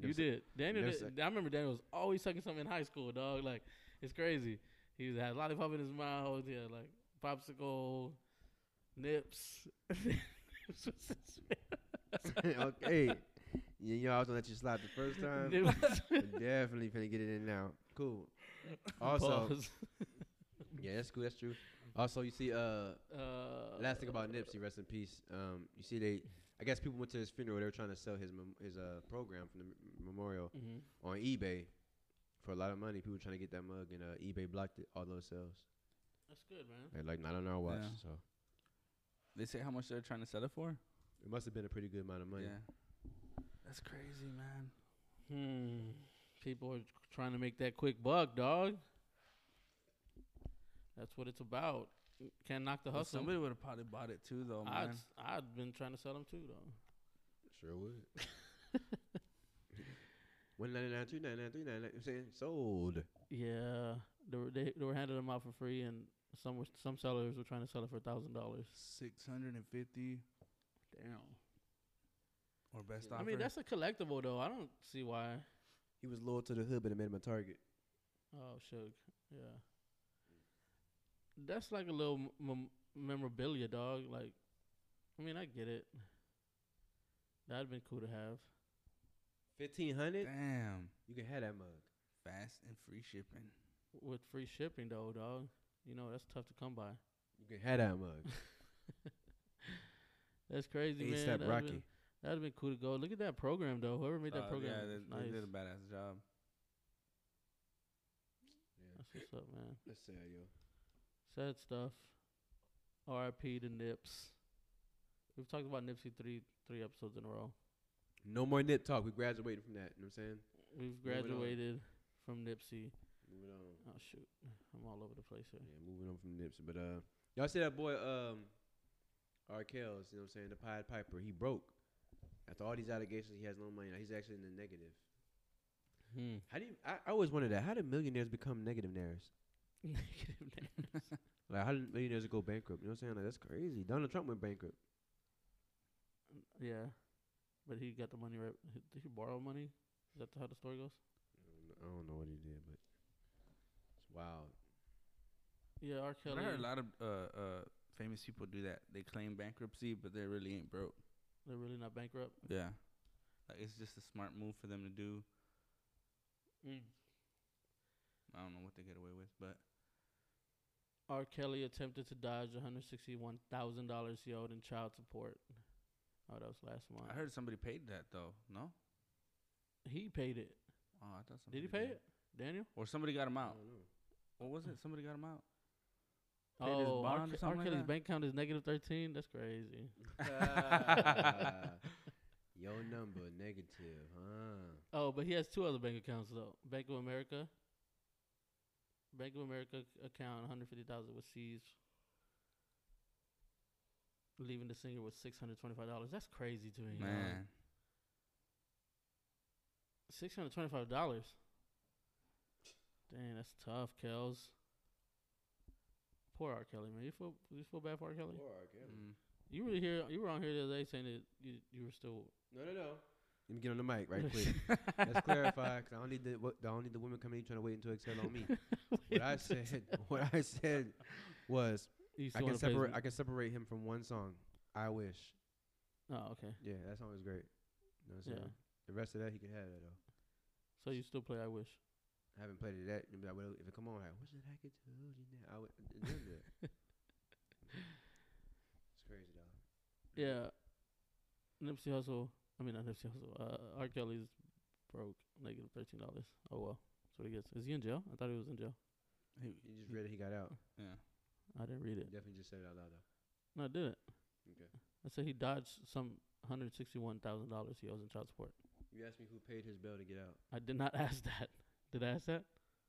S1: You did. Daniel
S5: never
S1: did. I remember Daniel was always sucking something in high school, dog. Like, it's crazy. He had lollipop in his mouth. He had, like, popsicle, nips.
S5: okay. You know, I was gonna let you slide the first time.
S1: Nips.
S5: I'm definitely finna get it in now. Cool. Also,
S1: Pause.
S5: yeah, that's cool. That's true. Also, you see, uh,
S1: Uh,
S5: last thing about Nipsey, rest in peace. Um, you see, they, I guess people went to his funeral. They were trying to sell his mem- his uh program from the m- memorial
S1: Mhm.
S5: on eBay for a lot of money. People were trying to get that mug, and uh, eBay blocked it, all those sales.
S1: That's good, man.
S5: They're like not on our watch,
S4: Yeah.
S5: so
S4: They say how much they're trying to sell it for.
S5: it must have been a pretty good amount of money.
S4: That's crazy, man.
S1: Hmm. People are trying to make that quick buck, dog. That's what it's about. Can't knock the
S4: Well,
S1: hustle.
S4: somebody would have probably bought it too, though,
S1: I'd,
S4: man.
S1: I'd been trying to sell them too, though.
S5: Sure would. One ninety nine, two ninety nine, three ninety nine. I'm saying sold.
S1: Yeah, they were they, they were handing them out for free, and some were, some sellers were trying to sell it for thousand dollars.
S4: Six hundred and fifty. Damn. Or best offer.
S1: I mean, that's a collectible, though. I don't see why.
S5: He was loyal to the hood, but it made him a target.
S1: Oh, shug. Yeah. That's like a little mem- memorabilia, dog. Like, I mean, I get it. That'd been cool to have.
S5: Fifteen hundred.
S4: Damn.
S5: You can have that mug.
S4: Fast and free shipping.
S1: With free shipping though, dog. You know that's tough to come by.
S5: You can have that mug.
S1: That's crazy, man.
S5: ASAP
S1: That'd
S5: Rocky.
S1: Been, that'd been cool to go. Look at that program though. Whoever made that
S4: Uh,
S1: program,
S4: Yeah, they,
S1: nice.
S4: they did a badass job.
S1: That's what's up, man.
S5: Let's say, yo.
S1: Sad stuff. R.I.P. to Nips. We've talked about Nipsey three three episodes in a row.
S5: No more nip talk. We graduated from that. You know what I'm saying?
S1: We've
S5: Moving on.
S1: graduated from Nipsey.
S5: Moving on.
S1: Oh shoot, I'm all over the place here.
S5: Yeah, moving on from Nipsey. But uh, y'all see that boy um, R. Kells, you know what I'm saying? The Pied Piper. He broke. After all these allegations, he has no money. Now he's actually in the negative.
S1: Hmm.
S5: How do you, I, I always wondered that. How did millionaires become negativenaires?
S1: Negative names.
S5: Like how did millionaires go bankrupt? You know what I'm saying? Like that's crazy. Donald Trump went bankrupt.
S1: yeah, but he got the money right. Did he borrow money? Is that how the story goes?
S5: I don't know what he did, but it's wild.
S1: Yeah, R.
S4: But
S1: Kelly.
S4: I heard a lot of uh, uh, famous people do that. They claim bankruptcy, but they really ain't broke.
S1: They're really not bankrupt.
S4: Yeah. Like it's just a smart move for them to do.
S1: Mm.
S4: I don't know what they get away with, but
S1: R. Kelly attempted to dodge $161,000 he owed in child support. Oh, that was last month.
S4: I heard somebody paid that though. No?
S1: he paid it.
S4: Oh, I thought somebody
S1: Did he pay it, Daniel?
S4: Or somebody got him out.
S5: don't know.
S4: What was it? Somebody got him out. Paid his
S1: Oh,
S4: bond
S1: R.
S4: or
S1: Ke- R.
S4: something like
S1: Kelly's
S4: that?
S1: bank account is negative 13. That's crazy.
S5: Your number negative, huh?
S1: Oh, but he has two other bank accounts though. Bank of America. Bank of America c- account 150,000 was seized. Leaving the singer with $625. That's crazy to me. dog.
S4: Man.
S1: $625. Dang, that's tough, Kels. Poor R. Kelly, man. You feel you feel bad for R. Kelly?
S4: Mm.
S1: You were here you were on here the other day saying that you, you were still
S5: No, no, no. Let me get on the mic right quick. Let's clarify, 'cause I don't need the wo- I don't need the women coming in trying to wait until Excel on me. what I said, what I said, was
S1: you
S5: I
S1: still
S5: can
S1: wanna play his
S5: separate.
S1: mu-
S5: I can separate him from one song. I wish.
S1: Oh, okay.
S5: Yeah, that song was great. You know what I'm
S1: Yeah.
S5: saying? The rest of that he could have that though.
S1: So you still play I Wish.
S5: I haven't played it that. but I will- If it come on, like what's it I could do? I would. it does that. it's crazy though.
S1: Yeah. Nipsey Hussle. I mean, not Nipsey Hussle. Uh, R. Kelly's broke, negative thirteen dollars. Oh well, that's what he gets. Is he in jail? I thought he was in jail.
S4: He-
S5: You just read it. He got out.
S4: yeah.
S1: I didn't read it.
S5: Definitely just said it out loud though.
S1: No, I didn't.
S5: Okay.
S1: I said he dodged some hundred sixty-one thousand dollars he owes in child support.
S5: You asked me who paid his bill to get out.
S1: I did not ask that. Did I ask that?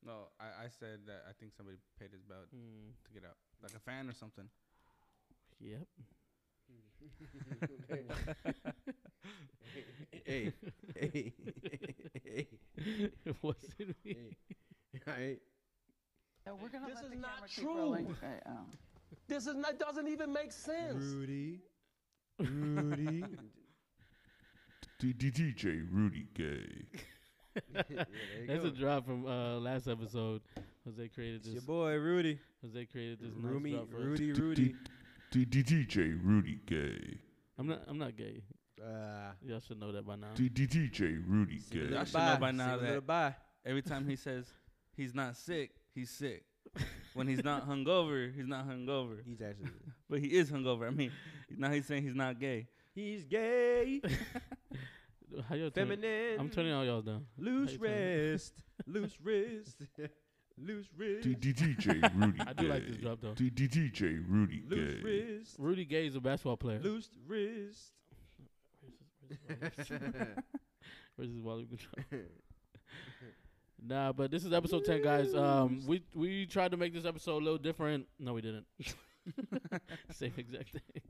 S4: No, I, I said that I think somebody paid his bill
S1: Hmm.
S4: to get out. Like a fan or something.
S1: Yep.
S5: hey, hey, hey,
S1: it wasn't me.
S5: hey. Right?
S9: This is not true. This is not, doesn't even make sense.
S5: Rudy. Rudy.
S10: DJ Rudy Gay.
S5: yeah, there you
S1: That's
S5: go.
S1: a drop from uh, last episode. Jose created
S5: It's your
S1: this.
S5: boy Rudy.
S1: Jose created this nice
S5: Roomy,
S1: drop for us.
S5: Rudy, Rudy.
S10: DJ Rudy Gay.
S1: I'm not. I'm not gay.
S5: Uh,
S1: Y'all should know that by now.
S10: DJ Rudy
S5: sing a
S10: Gay.
S5: little
S4: should know
S5: bye,
S4: by now
S5: sing a little
S4: that-
S5: bye.
S4: Every time he says he's not sick, he's sick. when he's not hungover, he's not hungover.
S5: He's actually
S4: But he is hungover. I mean, now he's saying he's not gay.
S5: he's gay,
S1: How y'all turn-
S5: feminine,
S1: I'm turning all y'all down.
S5: loose
S1: how you turn-
S5: wrist, loose wrist, loose wrist,
S10: DJ Rudy Gay.
S1: I do like this drop though.
S10: DJ Rudy
S5: loose
S10: Gay.
S5: wrist,
S1: Rudy Gay is a basketball player.
S5: loose wrist.
S1: Where's his- where's his volume? Where's his volume control? Nah, but this is episode ten, guys. Um, we we tried to make this episode a little different. No, we didn't. Same exact thing.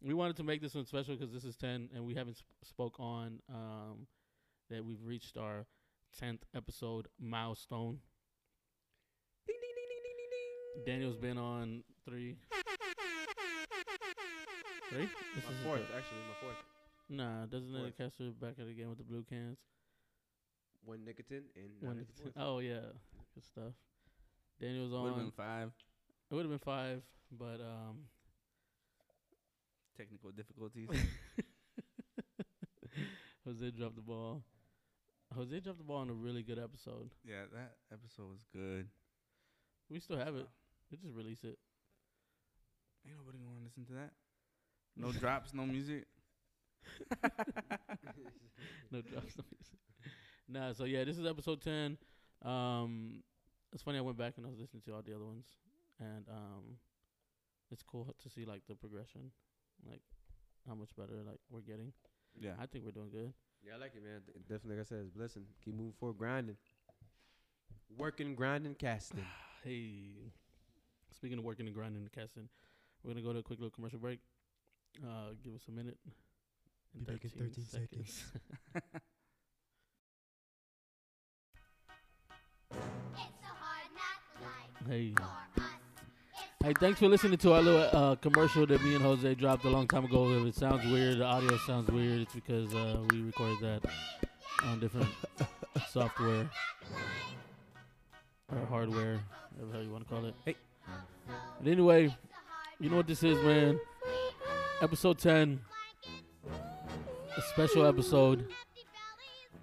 S1: We wanted to make this one special because this is ten, and we haven't sp- spoke on um that we've reached our tenth episode milestone. Daniel's been on three. Three? This
S5: my
S1: is
S5: fourth, actually, my fourth.
S1: Nah, doesn't
S5: Fourth.
S1: it Castro back at the game with the blue cans?
S5: One nicotine and
S1: When
S5: nine
S1: it's-
S5: fourth.
S1: oh yeah, good stuff. Daniel's
S4: Would have
S1: on.
S4: been five.
S1: It would have been five, but um,
S4: Technical difficulties.
S1: Jose dropped the ball. Jose dropped the ball on a really good episode.
S4: Yeah, that episode was good.
S1: We still have it. We just release it.
S4: Ain't nobody gonna wanna listen to that. No drops, no music.
S1: no drops. no music. nah, so yeah, this is episode ten. Um, it's funny I went back and I was listening to all the other ones, and um, it's cool to see like the progression, like how much better like we're getting.
S4: Yeah.
S1: I think we're doing good.
S5: Yeah, I like it, man. Definitely, like I said, it's a blessing. Keep moving forward, grinding, working, grinding, casting.
S1: Hey, speaking of working and grinding and casting, we're gonna go to a quick little commercial break. Uh, give us a minute. and
S11: Be back in 13 seconds.
S1: Hey. Hey, thanks for listening to our little uh, commercial that me and Jose dropped a long time ago. If it sounds weird, the audio sounds weird, it's because uh, we recorded that on different software or hardware, whatever the hell you want to call it. Hey. But anyway, you know what this is, man. Episode 10, a special episode,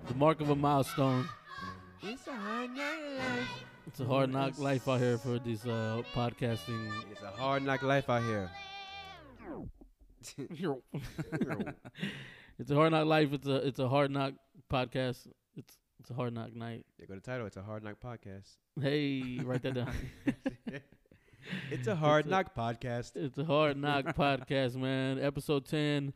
S1: the mark of a milestone.
S5: It's a hard night life.
S1: It's a hard knock life out here for this uh, podcasting.
S5: It's a hard knock life out here.
S1: it's a hard knock life. It's a it's a hard knock podcast. It's it's a hard knock night.
S5: They go to title. It's a hard knock podcast.
S1: Hey, write that down.
S5: It's a hard knock podcast.
S1: It's a hard knock podcast, man. Episode ten.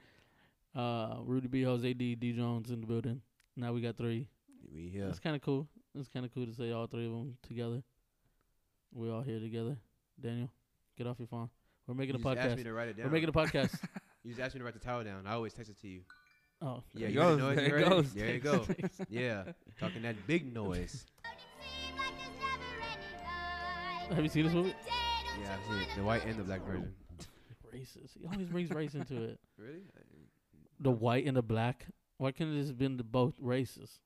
S1: Uh, Rudy B, Jose D, D Jones in the building. Now we got three.
S5: We here.
S1: It's kind of cool. It's kind of cool to say all three of them together. We all here together. Daniel, get off your phone. We're making
S5: You
S1: a
S5: just asked me
S1: podcast.
S5: to write it
S1: We're
S5: down.
S1: making a podcast.
S5: You just asked me to write the title down. I always text it to you.
S1: oh,
S5: Yeah,
S4: There it
S5: you gotta
S4: goes,
S5: know it,
S4: there it
S5: you heard it.
S4: goes.
S5: There you go. yeah, talking that big noise.
S1: have you seen this
S8: uh,
S1: movie?
S5: Yeah, I've seen it. The white and the black version.
S1: Racist. He always brings race into it.
S5: Really?
S1: The white and the black. Why couldn't this have been the both races?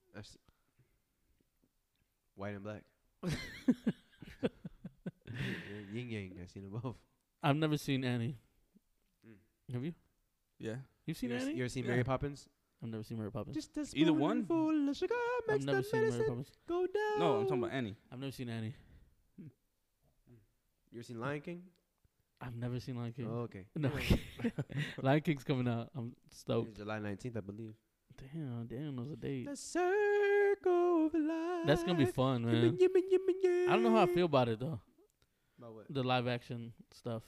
S5: White and black. Yin yang. I've seen them both.
S1: I've never seen Annie.
S5: Mm.
S1: Have you?
S4: Yeah.
S1: You've seen
S5: You ever,
S1: Annie?
S5: you ever seen
S4: Yeah.
S5: Mary Poppins?
S1: I've never seen Mary Poppins.
S5: Just this
S4: Either one?
S5: spoonful of sugar
S1: I've
S5: makes
S1: never
S5: the
S1: seen Mary
S5: medicine
S1: Poppins.
S5: go down.
S4: No, I'm talking about Annie.
S1: I've never seen Annie.
S5: You ever seen Lion King?
S1: I've never seen Lion King.
S5: Oh, okay.
S1: No, Lion King's coming out. I'm
S5: It's
S1: stoked.
S5: July 19th, I believe.
S1: Damn, damn, that was a date.
S5: The circle of life.
S1: That's gonna be fun, man. I don't know how I feel about it though.
S5: About what?
S1: The live action stuff.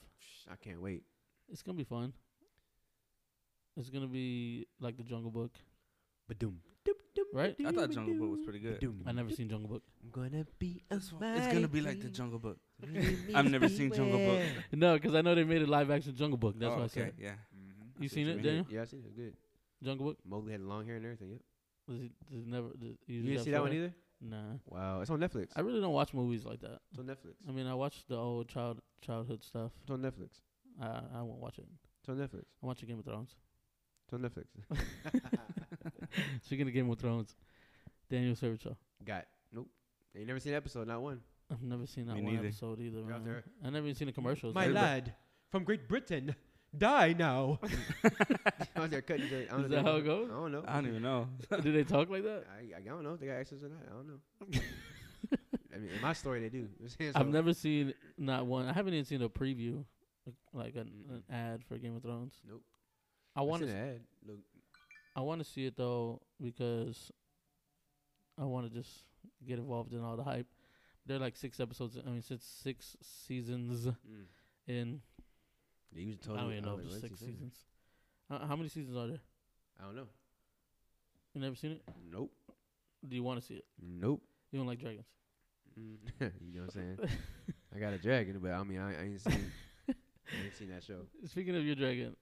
S5: I can't wait.
S1: It's gonna be fun. It's gonna be like the Jungle Book,
S5: Badoom.
S1: right?
S4: I thought Jungle Book was pretty good.
S5: Badoom.
S1: I never seen Jungle Book.
S5: I'm gonna be a
S4: It's gonna be like the
S5: mighty
S4: Jungle Book.
S5: Remix
S4: I've never seen Jungle Book.
S5: beware.
S1: No, because I know they made a live action Jungle Book. That's
S4: Oh,
S1: what I
S4: okay,
S1: said.
S4: yeah.
S10: Mm-hmm.
S1: You seen
S4: what
S1: it,
S4: you
S1: Daniel?
S5: Yeah, I seen it. Good.
S1: Jungle Book.
S5: Mowgli had long hair and everything. Yep.
S1: Does he, does he never, does he
S5: You
S1: usually
S5: didn't
S1: have
S5: see that
S1: short
S5: one
S1: hair?
S5: either?
S1: Nah,
S5: Wow, it's on Netflix.
S1: I really don't watch movies like that.
S5: It's on Netflix.
S1: I mean, I watch the old child childhood stuff.
S5: It's on Netflix.
S1: I I won't watch it.
S5: It's on Netflix.
S1: I watch Game of Thrones.
S5: It's on Netflix.
S1: Speaking of Game of Thrones, Daniel's favorite show.
S5: Got. Nope. Ain't never seen an episode, not one.
S1: I've never seen that
S4: Me
S1: one
S4: neither.
S1: episode either.
S5: You're
S1: Man.
S5: out there.
S1: I never even seen the commercials.
S4: My
S1: Everybody-
S4: lad
S5: from Great Britain, die now. I was there cutting. the- I don't
S1: Is
S5: know
S1: that how it
S5: I
S1: goes?
S5: don't know.
S4: I don't even know.
S1: Do they talk like that?
S5: I, I don't know if they got access or not. I don't know. I mean, in my story, they do. So,
S1: I've never seen not one. I haven't even seen a preview, like an, an
S5: Mm-mm.
S1: ad for Game of Thrones.
S5: Nope.
S1: I want to.
S5: add. Look,
S1: I want to see it though because I want to just get involved in all the hype. They're like six episodes. I mean, six six seasons
S5: mm.
S1: in.
S5: they usually told
S1: I don't
S5: me.
S1: even know if it's six seasons. Uh, how many seasons are there?
S5: I don't know.
S1: You never seen it?
S5: Nope.
S1: Do you want to see it?
S5: Nope.
S1: You don't like dragons?
S5: Mm. you know what I'm saying? I got a dragon, but I mean, I, I ain't seen. I ain't seen that show.
S1: Speaking of your dragon,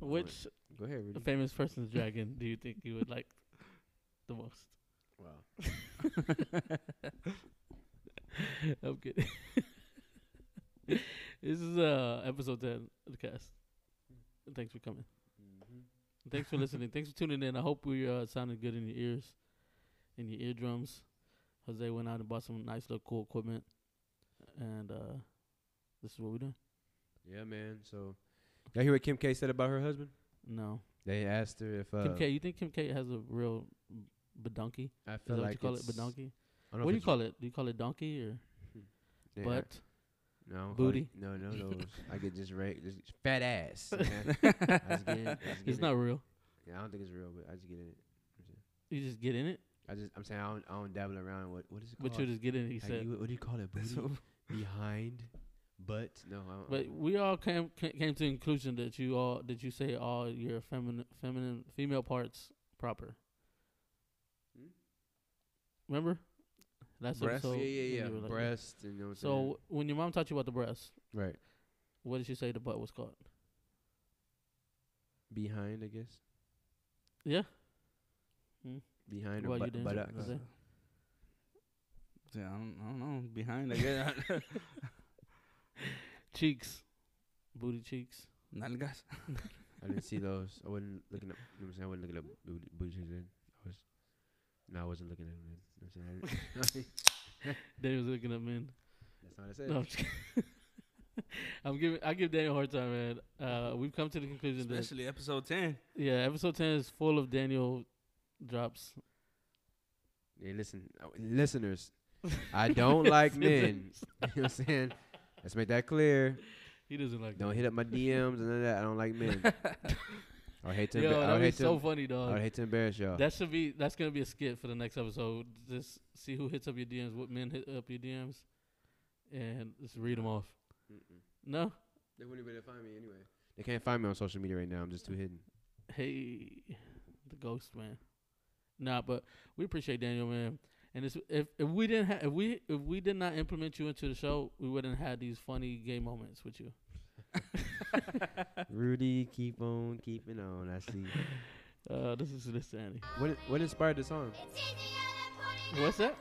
S5: went-
S1: which
S5: Go ahead, Rudy.
S1: famous person's dragon do you think you would like the most?
S5: Wow.
S1: I'm kidding. this is uh episode ten of the cast. Thanks for coming.
S5: Mm-hmm.
S1: Thanks for listening. Thanks for tuning in. I hope we uh, sounded good in your ears, in your eardrums. Jose went out and bought some nice little cool equipment, and uh this is what we're doing.
S5: Yeah, man. So, y'all hear what Kim K said about her husband?
S1: No.
S5: They asked her if uh,
S1: Kim K, you think Kim K has a real badonky?
S5: I
S1: Is
S5: feel
S1: that what you
S5: like
S1: call it,
S5: it's-
S1: badonky?
S5: I don't know
S1: What
S5: if
S1: do you call
S5: it's-
S1: it? Do you call it donkey or
S5: Yeah.
S1: butt?
S5: No,
S1: booty.
S5: No, no, no. I get just reg- just fat ass. you know? I just get in- I just get
S1: It's
S5: in
S1: not
S5: it.
S1: real.
S5: Yeah, I don't think it's real, but I just get in it.
S1: You just get in it.
S5: I just I'm saying I don't, I don't dabble around. in What what is it
S1: But
S5: called?
S1: you just get in it, he
S5: Like,
S1: said.
S5: you- what do you call it?
S1: That's
S5: Booty behind, butt. No, I don't,
S1: But we all came ca- came to the conclusion that you all that you say all your feminine feminine female parts proper. Remember? Last
S5: Breast?
S1: episode.
S5: Yeah, yeah,
S1: you
S5: yeah.
S1: were like-
S5: Breast and you know what I'm saying?
S1: so when your mom taught you about the breast,
S5: Right.
S1: What did she say the butt was called?
S5: behind, I guess.
S1: Yeah. Mm.
S5: Behind or
S1: Well, you
S5: butt,
S1: didn't
S5: butt
S1: check this out.
S4: Yeah, I don't, I don't know. Behind, I guess.
S1: cheeks, booty cheeks.
S4: Nalgas.
S5: I didn't see those. I wasn't looking up. You know what I'm saying? I wasn't looking up booty, booty cheeks then. I was. No, I wasn't looking at them. Then. You know what I'm saying? I didn't-
S1: Daniel was looking up men.
S5: That's not what I said.
S1: No, I'm, just kidding. I'm giving I give Daniel a hard time, man. Uh, we've come to the conclusion that
S4: Especially episode 10.
S1: yeah, episode ten is full of Daniel drops.
S5: Hey, listen, uh, listeners. I don't like men. you know what I'm saying? Let's make that clear.
S1: He doesn't like
S5: Don't hit up my DMs and none of that. I don't like men. I would hate to.
S1: Yo,
S5: embar- I
S1: that'd
S5: would
S1: be
S5: hate to-
S1: so funny, dog.
S5: I would hate to embarrass y'all.
S1: That should be that's gonna be a skit for the next episode. Just see who hits up your DMs, what men hit up your DMs, and just read them off. No,
S5: They wouldn't be able to find me anyway. They can't find me on social media right now. I'm just too hidden.
S1: hey, the ghost man. Nah, but we appreciate Daniel, man. And it's, if if we didn't have if we if we did not implement you into the show, we wouldn't have these funny gay moments with you.
S5: Rudy, keep on keeping on. I see.
S1: Uh, this is this Annie.
S5: What What inspired the song?
S1: What's that?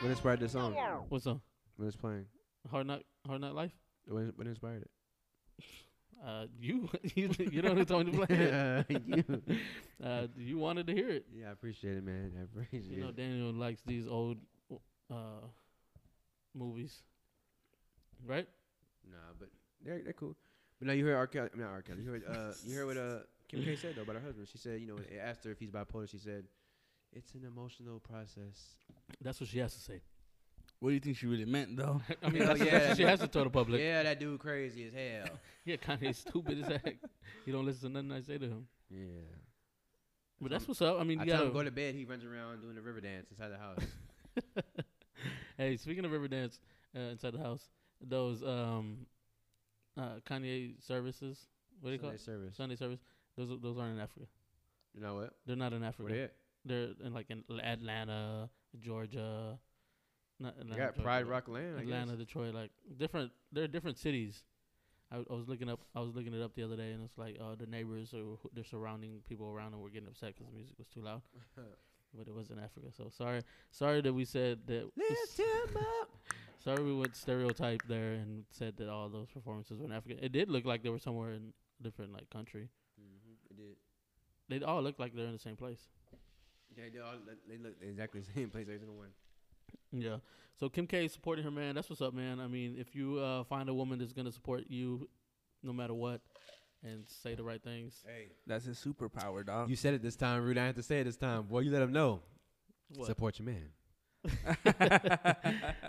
S5: What inspired the song?
S1: What's song?
S5: What is playing?
S1: Hard knock, hard knock life.
S5: What, what inspired it?
S1: Uh, you you you know who told me to play
S5: Uh, you.
S1: it. uh, you wanted to hear it.
S5: Yeah, I appreciate it, man. I appreciate
S1: You know,
S5: it.
S1: Daniel likes these old uh, movies, right?
S5: Nah, but they're they're cool. But now you heard R. Kelly. Not R. Kelly. You heard uh, you heard what uh Kim K said though about her husband. She said, you know, it asked her if he's bipolar. She said, it's an emotional process.
S1: That's what she has to say.
S4: What do you think she really meant, though?
S1: I mean, that's, that's what she has to tell the public. Oh, Yeah,
S5: Yeah, that dude crazy as hell.
S1: Kanye's stupid as heck. You don't listen to nothing I say to him.
S5: yeah.
S1: But that's what's up. I mean,
S5: I
S1: you
S5: tell him
S1: gotta.
S5: to go to bed. He runs around doing the river dance inside the house.
S1: hey, speaking of Riverdance, uh, inside the house, those um, uh, Kanye services. What do you call
S5: Sunday
S1: it?
S5: service.
S1: Sunday service. Those are- those aren't in Africa.
S5: You know what?
S1: They're not in Africa.
S5: Where they at?
S1: They're in like in Atlanta, Georgia. Not Atlanta,
S5: got
S1: Georgia,
S5: Pride
S1: but
S5: Rock Land, I
S1: Atlanta,
S5: guess.
S1: Detroit, like different. They're different cities. I, w- I was looking up. I was looking it up the other day, and it's like uh, the neighbors or who- their surrounding people around them were getting upset because the music was too loud. but it was in Africa, so sorry. Sorry that we said that.
S5: Lift him up.
S1: Sorry we went stereotype there and said that all those performances were in Africa. It did look like they were somewhere in different like country. Mm-hmm.
S5: It did.
S1: They all look like they're in the same place.
S5: Yeah, they all they look exactly the same place every single one.
S1: Yeah. So Kim K is supporting her man. That's what's up, man. I mean, if you uh, find a woman that's gonna support you, no matter what, and say the right things.
S5: Hey,
S4: That's his superpower,
S5: Uh,
S4: dog.
S5: you said it this time, Rudy. I have to say it this time. Boy, you let him know.
S1: What?
S5: Support your man.
S1: no,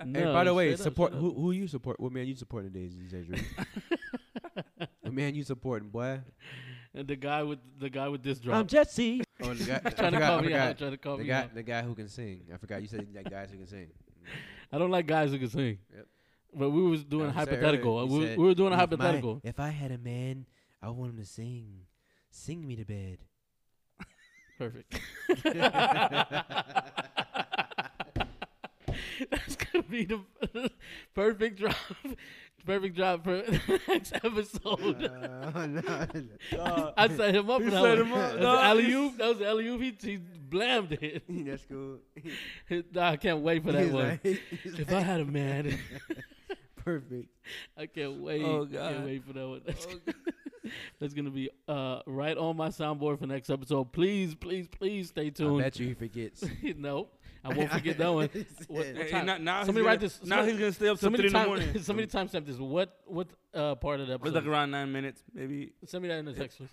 S5: hey, by the way,
S1: straight up,
S5: support
S1: straight up.
S5: who who you support? What man you supporting today, these days, Rudy? what man you supporting, boy?
S1: And the guy with the guy with this drop.
S5: Jesse. Oh, the guy, I
S1: Trying to
S5: forgot-
S1: call
S5: I
S1: me
S5: forgot.
S1: out, trying to call
S5: the
S1: me
S5: guy,
S1: out.
S5: The guy who can sing. I forgot. You said that guys who can sing.
S1: I don't like guys who can sing.
S5: Yep.
S1: But we was doing
S5: Now, you said
S1: hypothetical.
S5: earlier,
S1: we,
S5: you
S1: were-
S5: said,
S1: we were doing a
S5: "If my-
S1: hypothetical.
S5: if I had a man, I would want him to sing. Sing me to bed.
S1: Perfect. That's gonna be the perfect drop. Perfect drop for the next episode.
S5: Uh,
S1: I set him up for
S4: You
S1: that
S4: set
S1: one.
S4: him up,
S1: That
S4: dog.
S1: was alley oop. That was alley oop. He, he blammed it.
S5: That's cool.
S1: Nah, I can't wait for that
S5: He's
S1: one.
S5: like- he's
S1: If I had a man,
S5: Perfect.
S1: I can't wait.
S4: Oh,
S1: I
S4: God.
S1: can't wait for that one.
S5: Oh,
S1: That's, that's gonna be uh, right on my soundboard for next episode. Please, please, please stay tuned.
S5: I bet you he forgets.
S1: no, I won't forget that one. What,
S4: Hey,
S1: what
S4: hey,
S1: time?
S4: now- now he's
S1: somebody
S4: gonna-
S1: write this.
S4: now he's gonna stay up till
S1: somebody
S4: three in the
S1: time-
S4: morning.
S1: somebody timestamp this. What what uh, part of the
S4: It was
S1: episode?
S4: like around nine minutes, maybe.
S1: Send me that in the text. please.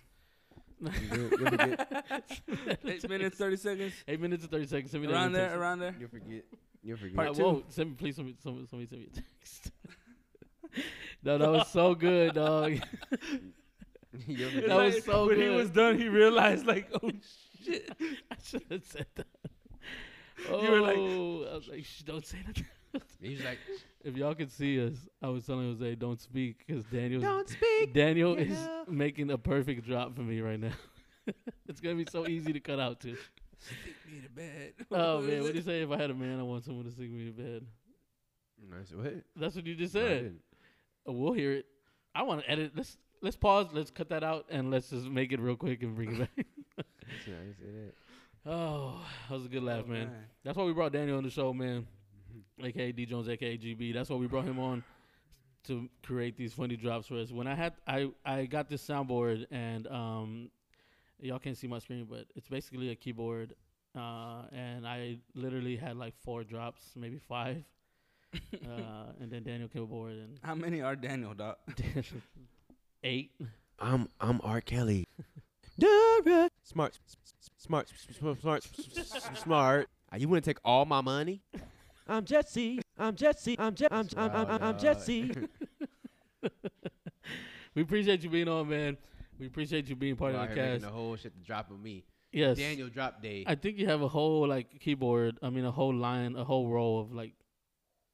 S5: You good? You'll be good.
S4: Eight minutes, thirty seconds.
S1: Eight minutes and thirty seconds. Send me that
S4: Around
S1: in
S4: there,
S1: text.
S4: around there.
S5: You'll forget. You'll forget.
S1: I won't. Send me, please, send me, send me- somebody send me a text. no, that was so good, dog.
S5: You'll
S1: that
S5: forget.
S1: was so
S4: when
S1: good.
S4: he was done, he realized like, oh shit.
S1: I should have said that. Oh,
S4: You were like,
S1: I was like, Shh, don't say nothing.
S5: He's like,
S1: If y'all could see us, I was telling Jose, don't speak, because Daniel,
S5: don't speak.
S1: Daniel
S5: you
S1: is
S5: know."
S1: making a perfect drop for me right now. it's gonna be so easy to cut out too.
S4: Me to bed.
S1: Oh man, what do you say? If I had a man, I want someone to sing me to bed.
S5: And I said, what? No,
S1: That's what you just
S5: I
S1: said.
S5: didn't.
S1: Oh, we'll hear it. I want to edit. Let's let's pause. Let's cut that out and let's just make it real quick and bring it back.
S5: I said, I didn't say that.
S1: oh, that was a good laugh,
S4: Oh,
S1: man.
S4: man.
S1: That's why we brought Daniel on the show, man. AKA D Jones, AKA GB. That's why we brought him on to create these funny drops for us. When I had I I got this soundboard and um y'all can't see my screen, but it's basically a keyboard. Uh, and I literally had like four drops, maybe five. uh, and then Daniel came aboard and
S4: How many are Daniel, dog?
S1: eight.
S5: I'm I'm R. Kelly. Dora. Smart, s- s- smart, s- s- smart, smart, s- s- smart. Uh, You wouldn't take all my money? I'm Jesse. I'm Jesse. I'm Je- I'm, I'm, I'm, I'm, I'm Jesse.
S1: We appreciate you being on, man. We appreciate you being part of the cast.
S5: the whole shit to drop on me.
S1: Yes,
S5: Daniel drop day.
S1: I think you have a whole like keyboard. I mean, a whole line, a whole row of like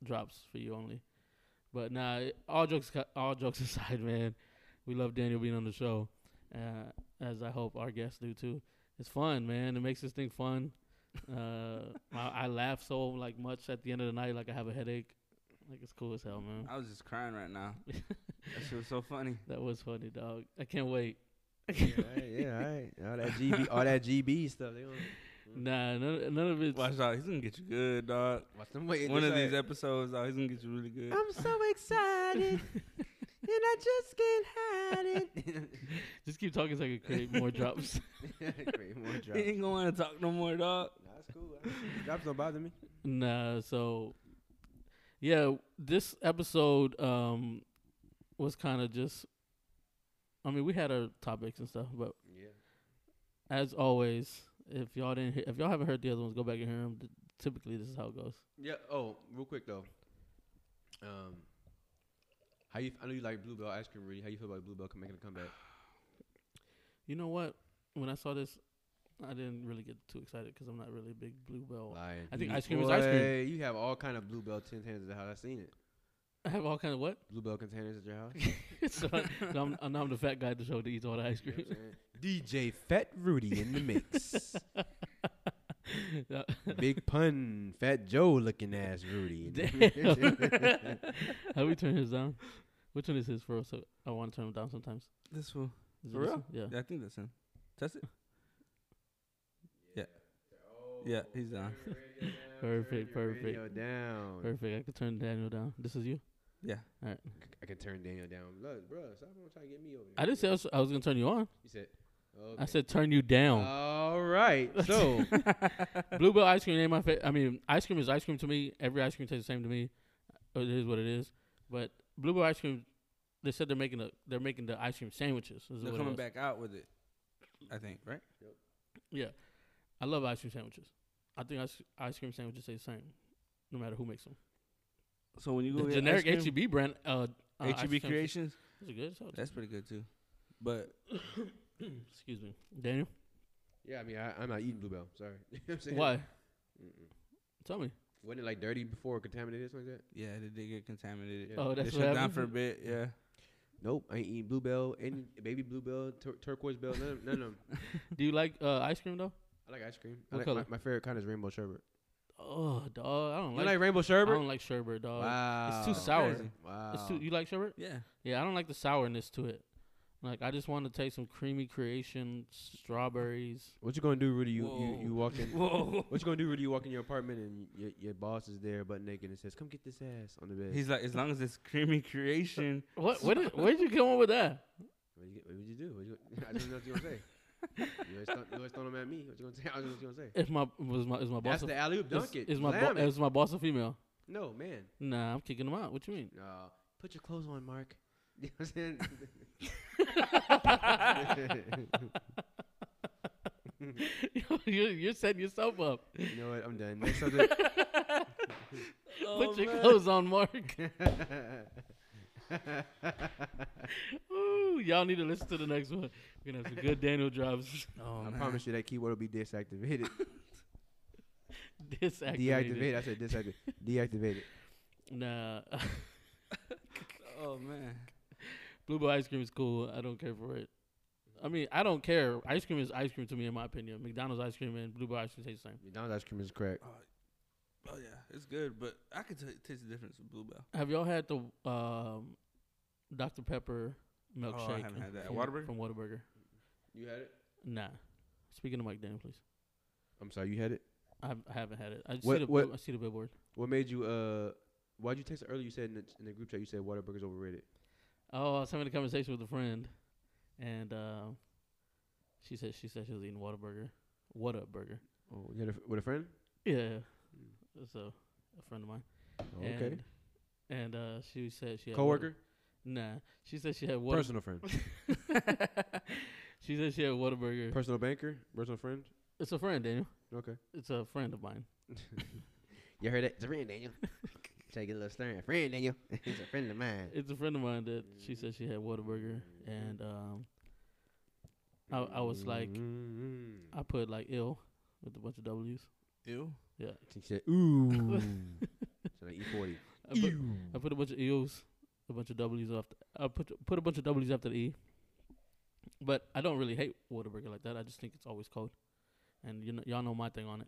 S1: drops for you only. But nah, it- all jokes, ca- all jokes aside, man, we love Daniel being on the show, uh, as I hope our guests do too. It's fun, man. It makes this thing fun. Uh, I, I laugh so like much at the end of the night, like I have a headache. Like it's cool as hell, man.
S4: I was just crying right now. That shit was so funny.
S1: That was funny, dog. I can't wait.
S5: yeah, all right, yeah, all right. All that GB, all that GB stuff. They
S1: Nah,
S5: gonna
S1: none, none of it's
S4: Watch out, he's gonna get you good, dog.
S5: watch them wait.
S4: One
S5: just
S4: of these
S5: like-
S4: episodes, dog, he's gonna get you really good.
S5: I'm so excited, and I just can't
S1: just keep talking so I can create more drops.
S5: hide it. Great, more
S4: He
S5: drops.
S4: ain't gonna wanna talk no more, dog.
S5: That's cool. Drops don't bother me.
S1: Nah, so yeah, this episode um was kind of just I mean, we had our topics and stuff, but
S5: Yeah.
S1: as always, if y'all didn't hear, if y'all haven't heard the other ones, go back and hear them. Typically, this is how it goes.
S5: Yeah. Oh, real quick though. Um, how you? I know you like bluebell ice cream, Rudy. How you feel about bluebell making a comeback?
S1: You know what? When I saw this, I didn't really get too excited because I'm not really a big bluebell.
S5: Lying.
S1: I think ice cream is ice cream.
S5: Boy, You have all kind of bluebell containers at the house. I seen it.
S1: I have all kind of what?
S5: Bluebell containers at your house.
S1: so I, now I'm, now I'm the fat guy at the show that eats all the ice
S5: You know
S1: cream.
S5: what I'm saying? DJ Fat Rudy in the mix.
S1: Yeah.
S5: Big pun, Fat Joe looking ass Rudy.
S1: Damn. How we turn his down? Which one is his for real? So I want to turn him down sometimes.
S4: This one.
S1: Is it
S4: For
S1: this
S4: real?
S1: one? Yeah.
S4: Yeah, I think that's him. Test it. Yeah. Yeah, he's down.
S1: Perfect, perfect,
S5: Radio down.
S1: perfect. I could turn Daniel down. This is you.
S4: Yeah.
S1: All right.
S5: I can turn Daniel down. Look, bro, stop trying to get me over.
S1: I didn't say I was, I was gonna turn you on.
S5: You said.
S1: I said turn you down.
S5: All right. Uh, So
S1: Bluebell ice cream ain't my favorite. I mean, ice cream is ice cream to me. Every ice cream tastes the same to me. Uh, It is what it is. But Bluebell ice cream, they said they're making a they're making the ice cream sandwiches. is
S4: They're
S1: what it
S4: coming
S1: was.
S4: back out with it. I think, right?
S1: Yeah, I love ice cream sandwiches. I think ice, ice cream sandwiches taste the same, no matter who makes them.
S4: So when you go
S1: The
S4: get
S1: generic
S4: ice cream,
S1: HEB brand. Uh, uh, ice cream
S4: HEB
S1: sandwiches.
S4: Creations,
S1: Those are good. as hell.
S4: that's pretty good too. But
S1: Excuse me, Daniel.
S5: yeah, I mean, I, I'm not eating bluebell. Sorry. You know what I'm saying?
S1: Why?
S5: Mm-mm.
S1: Tell me.
S5: Wasn't it like dirty before, contaminated, something like that?
S4: yeah, they did get contaminated.
S1: Oh, that's
S4: they
S1: what
S4: shut down
S1: happened?
S4: for a bit. Yeah.
S5: Nope, I ain't eating bluebell, any baby bluebell, tur- turquoise bell, none of, none of them.
S1: Do you like uh, ice cream though?
S5: I like ice cream. I
S1: What
S5: like-
S1: color?
S5: My, my favorite kind is rainbow sherbet.
S1: Oh, dog. I don't
S5: You
S1: like.
S5: like, rainbow
S1: I
S5: sherbet?
S1: don't like sherbet, dog.
S5: wow,
S1: It's too sour.
S4: Crazy.
S5: Wow,
S1: It's too. You like sherbet?
S4: Yeah.
S1: Yeah, I don't like the sourness to it. Like, I just want to taste some creamy creation, strawberries.
S5: what you gonna do, Rudy? You
S4: Whoa.
S5: you, you walk in.
S4: Whoa.
S5: What you gonna do, Rudy? You walk in your apartment and your, your boss is there, butt naked, and says, "Come get this ass on the bed."
S4: He's like, as long as it's creamy creation,
S1: What? What? Did, where'd you come up with that?
S5: What you, get- what would you do? What you, I don't know what you gonna say. You always, th- you always throw them at me. What you gonna say? I don't know what you gonna say.
S1: If my was my is my boss
S5: That's
S1: a,
S5: the alley oop. Dunk
S1: is,
S5: it.
S1: is my
S5: Slam
S1: bo-
S5: it.
S1: is my boss a female?
S5: No man.
S1: Nah, I'm kicking him out. What you mean?
S5: No. Put your clothes on, Mark. You know what I'm saying?
S1: you're, you're setting yourself up.
S5: You know what? I'm done. Next subject.
S1: Put your clothes on, Mark. Ooh, y'all need to listen to the next one. We're gonna have some good Daniel drops.
S5: I promise you that keyword will be disactivated.
S1: Disactivated.
S5: Deactivated. I said disactivated. Deactivated.
S1: Nah.
S4: oh man.
S1: Bluebell ice cream is cool. I don't care for it. I mean, I don't care. Ice cream is ice cream to me, in my opinion. McDonald's ice cream and Bluebell ice cream taste the same.
S5: McDonald's ice cream is crack.
S4: Oh yeah, it's good, but I could t- taste the difference with bluebell.
S1: Have y'all had the um, Dr Pepper milkshake?
S4: Oh, haven't had that.
S1: from-
S4: Whataburger?
S1: from Whataburger.
S5: You had it?
S1: Nah. Speaking of Mike Daniel, please.
S5: I'm sorry. You had it.
S1: I hav- I haven't had it. I just
S5: What-
S1: see the
S5: what-
S1: I see the billboard.
S5: What made you? Uh, why'd you text earlier? You said in the, in the group chat you said Whataburger's overrated.
S1: Oh, I was having a conversation with a friend, and uh, she said she said she was eating Whataburger. Whataburger.
S5: Oh, you had a, f- with a friend?
S1: Yeah. So a friend of mine.
S5: Oh, okay.
S1: And, and uh, she said she had Whata-
S5: Coworker?
S1: Nah, she said she had Whata-
S5: Personal friend.
S1: she said she had Whataburger.
S5: Personal banker? Personal friend?
S1: it's a friend, Daniel.
S5: Okay.
S1: It's a friend of mine.
S5: You heard it? It's a friend, Daniel. Take it a little stern. Friend, Daniel. He's a friend of mine.
S1: It's a friend of mine that she said she had Whataburger, and um, I, I was like,
S5: Mm-hmm.
S1: uh, I put like ill with a bunch of W's.
S4: Ew.
S1: Yeah.
S5: She said, ooh. so like E40.
S1: I put, I put a bunch of E's, a bunch of W's after. I put put a bunch of W's after the E. But I don't really hate Whataburger like that. I just think it's always cold, and you know, y'all know my thing on it.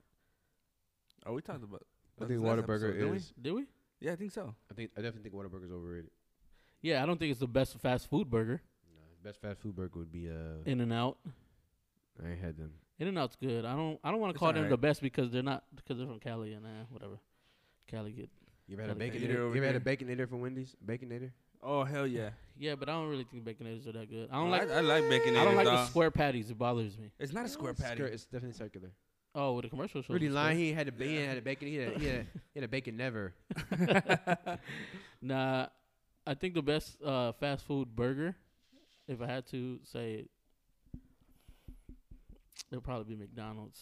S4: Oh, we talked about.
S5: I think
S4: last
S5: Whataburger
S4: episode, didn't we?
S5: is.
S1: Did we?
S4: Yeah, I think so.
S5: I think I definitely think Whataburger's overrated.
S1: Yeah, I don't think it's the best fast food burger.
S5: Best fast food burger would be uh.
S1: In and out.
S5: I ain't had them.
S1: In and out's good. I don't. I don't want to
S4: It's
S1: call them the
S4: alright.
S1: best because they're not because they're from Cali and uh, whatever. Cali get.
S5: You ever had a
S1: Gotta
S5: bacon?
S1: be
S5: You
S4: there over
S5: ever had a
S4: there.
S5: bacon eater from Wendy's? Baconator.
S4: Oh hell yeah.
S1: Yeah, but I don't really think baconators are that good. I
S4: I
S1: don't like.
S4: I, like bacon.
S1: I don't like the square patties. It bothers me.
S4: It's not a square
S5: It's cir-
S4: patty.
S5: It's definitely circular.
S1: Oh, with the commercial show.
S5: Really lying. He ain't had a ba- he ain't had a bacon. He had a, he had a, he had a bacon never.
S1: Nah, I think the best uh, fast food burger, if I had to say it, it'll probably be McDonald's.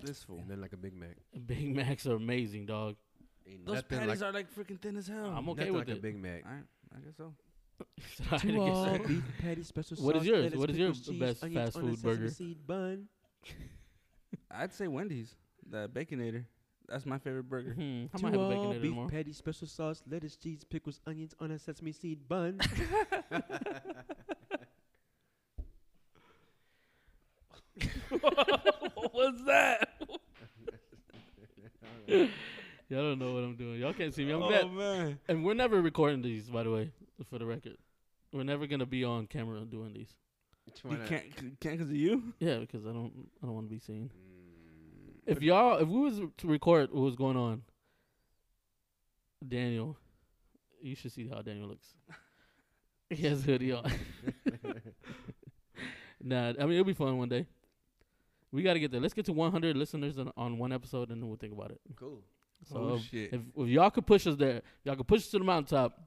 S4: This fool.
S5: And then like a Big Mac.
S1: Big Macs are amazing, dog.
S5: Ain't
S4: Those
S5: nothing
S4: patties
S5: like,
S4: are like freaking thin as hell.
S1: I'm okay
S5: nothing
S1: with
S5: like a
S1: it.
S5: Big Mac.
S4: All right, I guess so.
S1: So I had to get some-
S5: patty special
S1: What is sauce, yours? lettuce, What is your pickles, cheese, best onions fast on a food sesame burger?
S5: bun.
S4: I'd say Wendy's, the Baconator. That's my favorite burger.
S1: Hmm, I might have a baconator tomorrow.
S5: patty special sauce, lettuce, cheese, pickles, onions on a sesame seed bun.
S1: what was that? Y'all don't know what I'm doing. Y'all can't see me. I'm bad.
S4: man.
S1: And we're never recording these, by the way, for the record. We're never gonna be on camera doing these.
S4: You can't, c- can't cause of you.
S1: Yeah, because I don't, I don't want to be seen. If y'all, if we was to record what was going on, Daniel, you should see how Daniel looks. He has a hoodie on. nah, I mean it'll be fun one day. We got to get there. Let's get to 100 listeners on, on one episode, and then we'll think about it.
S5: Cool.
S1: So
S4: Oh,
S1: if-
S4: shit.
S1: If, if y'all could push us there, y'all could push us to the mountaintop.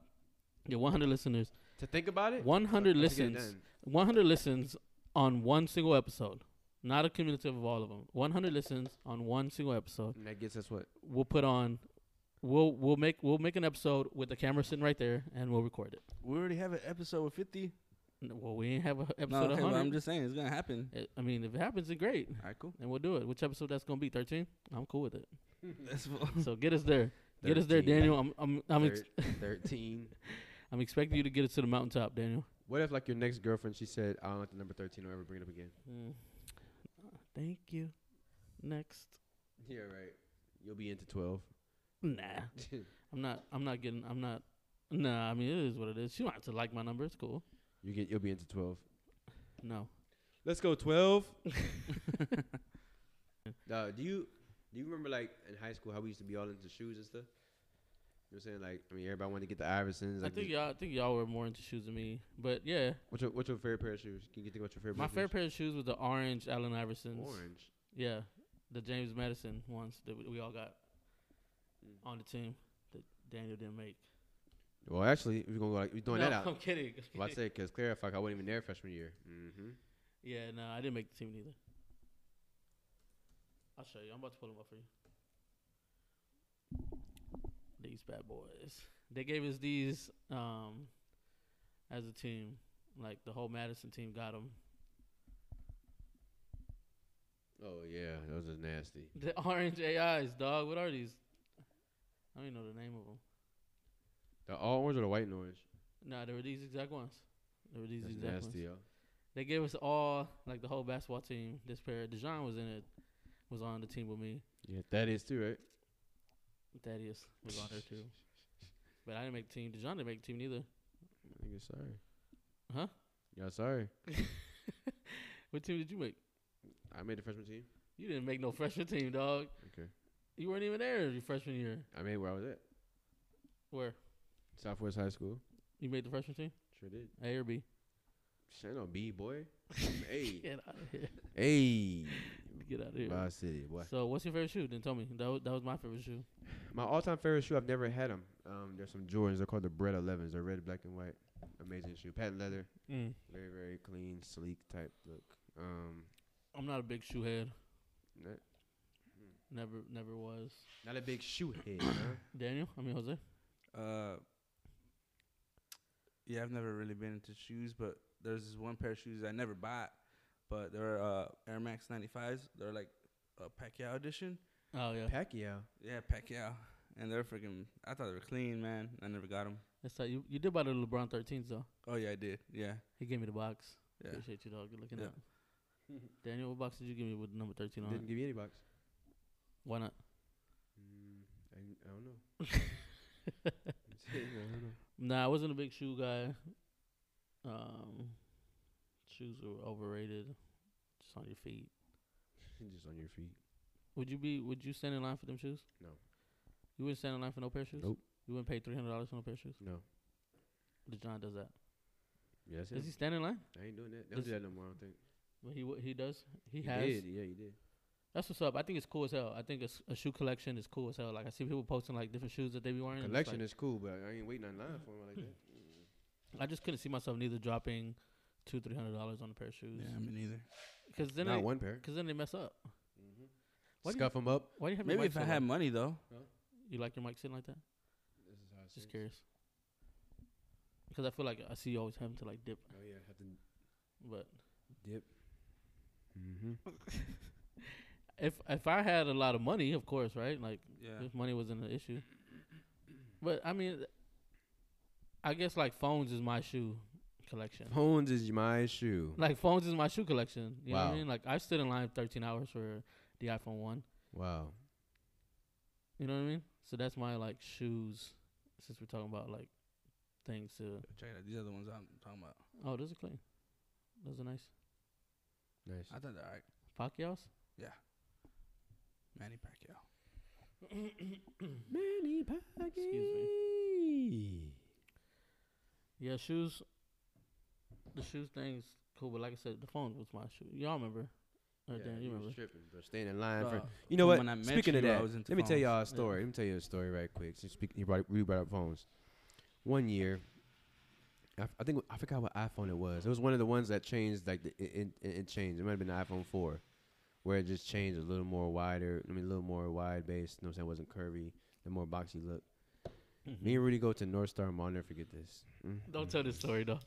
S1: Get 100 listeners.
S5: To think about it.
S1: 100
S5: to get it
S1: listens.
S5: done.
S1: 100 listens on one single episode. Not a cumulative of all of them. 100 listens on one single episode.
S5: And that gets us what?
S1: We'll put on we'll we'll make we'll make an episode with the camera sitting right there and we'll record it.
S4: We already have an episode with 50.
S1: N- Well, we ain't have an
S4: No,
S1: episode
S4: okay, well,
S1: 100.
S4: I'm just saying it's gonna happen.
S1: It- I mean, if it happens, it's great.
S4: All right, cool.
S1: And we'll do it. Which episode that's going to be? 13? I'm cool with it.
S4: That's full.
S1: So get us there. Get us there,
S5: 13.
S1: Daniel. I'm I'm I'm, ex-
S5: Thir- Thirteen.
S1: I'm expecting you to get us to the mountaintop, Daniel.
S5: What if like your next girlfriend? She said, "I don't like the number thirteen. I'll ever bring it up again."
S4: Mm.
S1: Thank you. Next.
S5: Yeah, right. You'll be into twelve.
S1: Nah. I'm not. I'm not getting. I'm not. Nah. I mean, it is what it is. She wants to like my number. It's cool.
S5: you get. You'll be into twelve.
S1: No.
S5: Let's go twelve. uh, do you do you remember like in high school how we used to be all into shoes and stuff? You know what I'm saying? Like, I mean, everybody wanted to get the Iversons. Like
S1: I think
S5: this-
S1: y'all. I think y'all were more into shoes than me. But yeah,
S5: What's your what's your favorite pair of shoes? Can you think what's your favorite?
S1: my
S5: pair
S1: favorite
S5: of
S1: pair of shoes was the orange Allen Iversons.
S5: shoes? Orange.
S1: Yeah, the James Madison ones that we, we all got
S5: Mm.
S1: on the team that Daniel didn't make.
S5: Well, actually, we're gonna go like we're doing
S1: no,
S5: that out.
S1: I'm kidding.
S5: Well, I say because clarify, I wasn't even there freshman year. Mm-hmm.
S1: yeah, no, I didn't make the team either. I'll show you. I'm about to pull them up for you. These bad boys. They gave us these um, as a team. Like the whole Madison team got them.
S5: Oh yeah, those are nasty.
S1: The orange AIs, dog. What are these? I don't even know the name of them.
S5: The all orange or the white and orange?
S1: Nah, there were these exact ones. There were these
S5: That's
S1: exact
S5: nasty,
S1: ones.
S5: yo.
S1: They gave us all like the whole basketball team. This pair, Dejan was in it, was on the team with me.
S5: Yeah, that is too, right?
S1: Thaddeus was on there too, but I didn't make the team. Dejan didn't make the team either.
S5: I think sorry.
S1: Huh?
S5: Y'all sorry.
S1: What team did you make?
S5: I made the freshman team.
S1: You didn't make no freshman team, dog.
S5: Okay.
S1: You weren't even there your freshman year.
S5: I made where I was at.
S1: Where
S5: Southwest High School.
S1: you made the freshman team?
S5: Sure did.
S1: A or B?
S5: Shane on B boy.
S1: Get
S5: hey.
S1: out of here.
S5: Hey.
S1: Get out of here.
S5: Vice City, boy.
S1: So, what's your favorite shoe? Then tell me. That was, that was my favorite shoe.
S5: My all-time favorite shoe. I've never had them. Um, there's some Jordans. They're called the Bread Elevens. They're red, black, and white. Amazing shoe. Patent leather.
S1: Mm.
S5: Very, very clean, sleek type look. Um,
S1: I'm not a big shoe head.
S5: not,
S1: Never, never was.
S5: not a big shoe head. huh?
S1: Daniel, I mean Jose.
S4: Uh, yeah, I've never really been into shoes, but there's this one pair of shoes I never bought, but they're uh, Air Max 95s. They're like a Pacquiao edition.
S1: Oh yeah,
S5: Pacquiao.
S4: Yeah, Pacquiao. And they're freaking, I thought they were clean, man. I never got them.
S1: that's how you you did buy the LeBron 13s though.
S4: Oh, yeah, I did. Yeah.
S1: He gave me the box.
S4: Yeah.
S1: Appreciate you, dog. Good looking
S4: Yeah.
S1: out. Daniel, what box did you give me with number 13 on? it?
S5: Didn't give you any box.
S1: Why not?
S5: Mm, I, I don't know. I don't know.
S1: Nah, I wasn't a big shoe guy. Um, shoes were overrated. Just on your feet.
S5: Just on your feet.
S1: Would you be? Would you stand in line for them shoes?
S5: No.
S1: You wouldn't stand in line for no pair of shoes.
S5: Nope.
S1: You wouldn't pay three hundred dollars for no pair of shoes.
S5: No.
S1: The John does that.
S5: Yeah, that's
S1: Does he
S5: it.
S1: stand in line?
S5: I ain't doing that. Don't
S1: does-
S5: do that no more. I don't think.
S1: Well, he wa- he does. He, has.
S5: did. Yeah, he did.
S1: That's what's up. I think it's cool as hell. I think a, s- a shoe collection is cool as hell. Like I see people posting like different shoes that they be wearing. and it's
S5: Collection
S1: like,
S5: is cool, but I ain't waiting on line for him like that. Mm.
S1: I just couldn't see myself neither dropping two three hundred dollars on a pair of shoes.
S4: Yeah, me neither.
S1: Because then
S5: Not
S1: they,
S5: one pair.
S1: Because then they mess up.
S5: Mm-hmm.
S1: Why do you-
S5: Scuff them up.
S1: Why do you have your
S4: Maybe
S1: mic
S4: if I
S1: so
S4: had
S1: low?
S4: money, though.
S1: you like your mic sitting like that?
S5: This is how it
S1: Just
S5: sits.
S1: curious. Because I feel like I see you always having to like dip,
S5: Oh yeah, have to
S1: but
S5: dip. Mm-hmm.
S1: if if I had a lot of money, of course, right? Like
S4: Yeah.
S1: if money wasn't an issue. But I mean, I guess like phones is my shoe collection.
S5: Phones is my shoe.
S1: Like phones is my shoe collection. You know what
S5: Wow.
S1: I mean? Like I stood in line 13 hours for the iPhone one.
S5: Wow.
S1: You know what I mean? So that's my like shoes. Since we're talking about like things to
S4: Check it out. These are the ones I'm talking about.
S1: oh, those are clean. Those are nice.
S5: Nice.
S4: I thought they're all right.
S1: Pacquiao's.
S4: Manny Pacquiao.
S5: Manny Pacquiao.
S1: Yeah, shoes. The shoes thing's cool, but like I said, the phone was my shoe. Y'all remember? Right there, you
S5: you
S1: remember?
S5: was tripping, bro. Staying in line for.
S4: Bro,
S5: You know what?
S4: when I met
S5: Speaking of
S4: you, I
S5: that,
S4: was into
S5: let me tell
S4: phones.
S5: y'all a story. Let me tell you a story right quick. Since speak, you brought up, we brought up phones. One year, I, f- I think I forgot what iPhone it was. It was one of the ones that changed, like the, it, it, it changed. It might have been the iPhone four, where it just changed a little more wider. I mean, a little more wide based. You know what I'm saying? It wasn't curvy. The more boxy look. Me and Rudy go to North Star Mall. I'll never forget this. Mm.
S1: Don't tell this story though.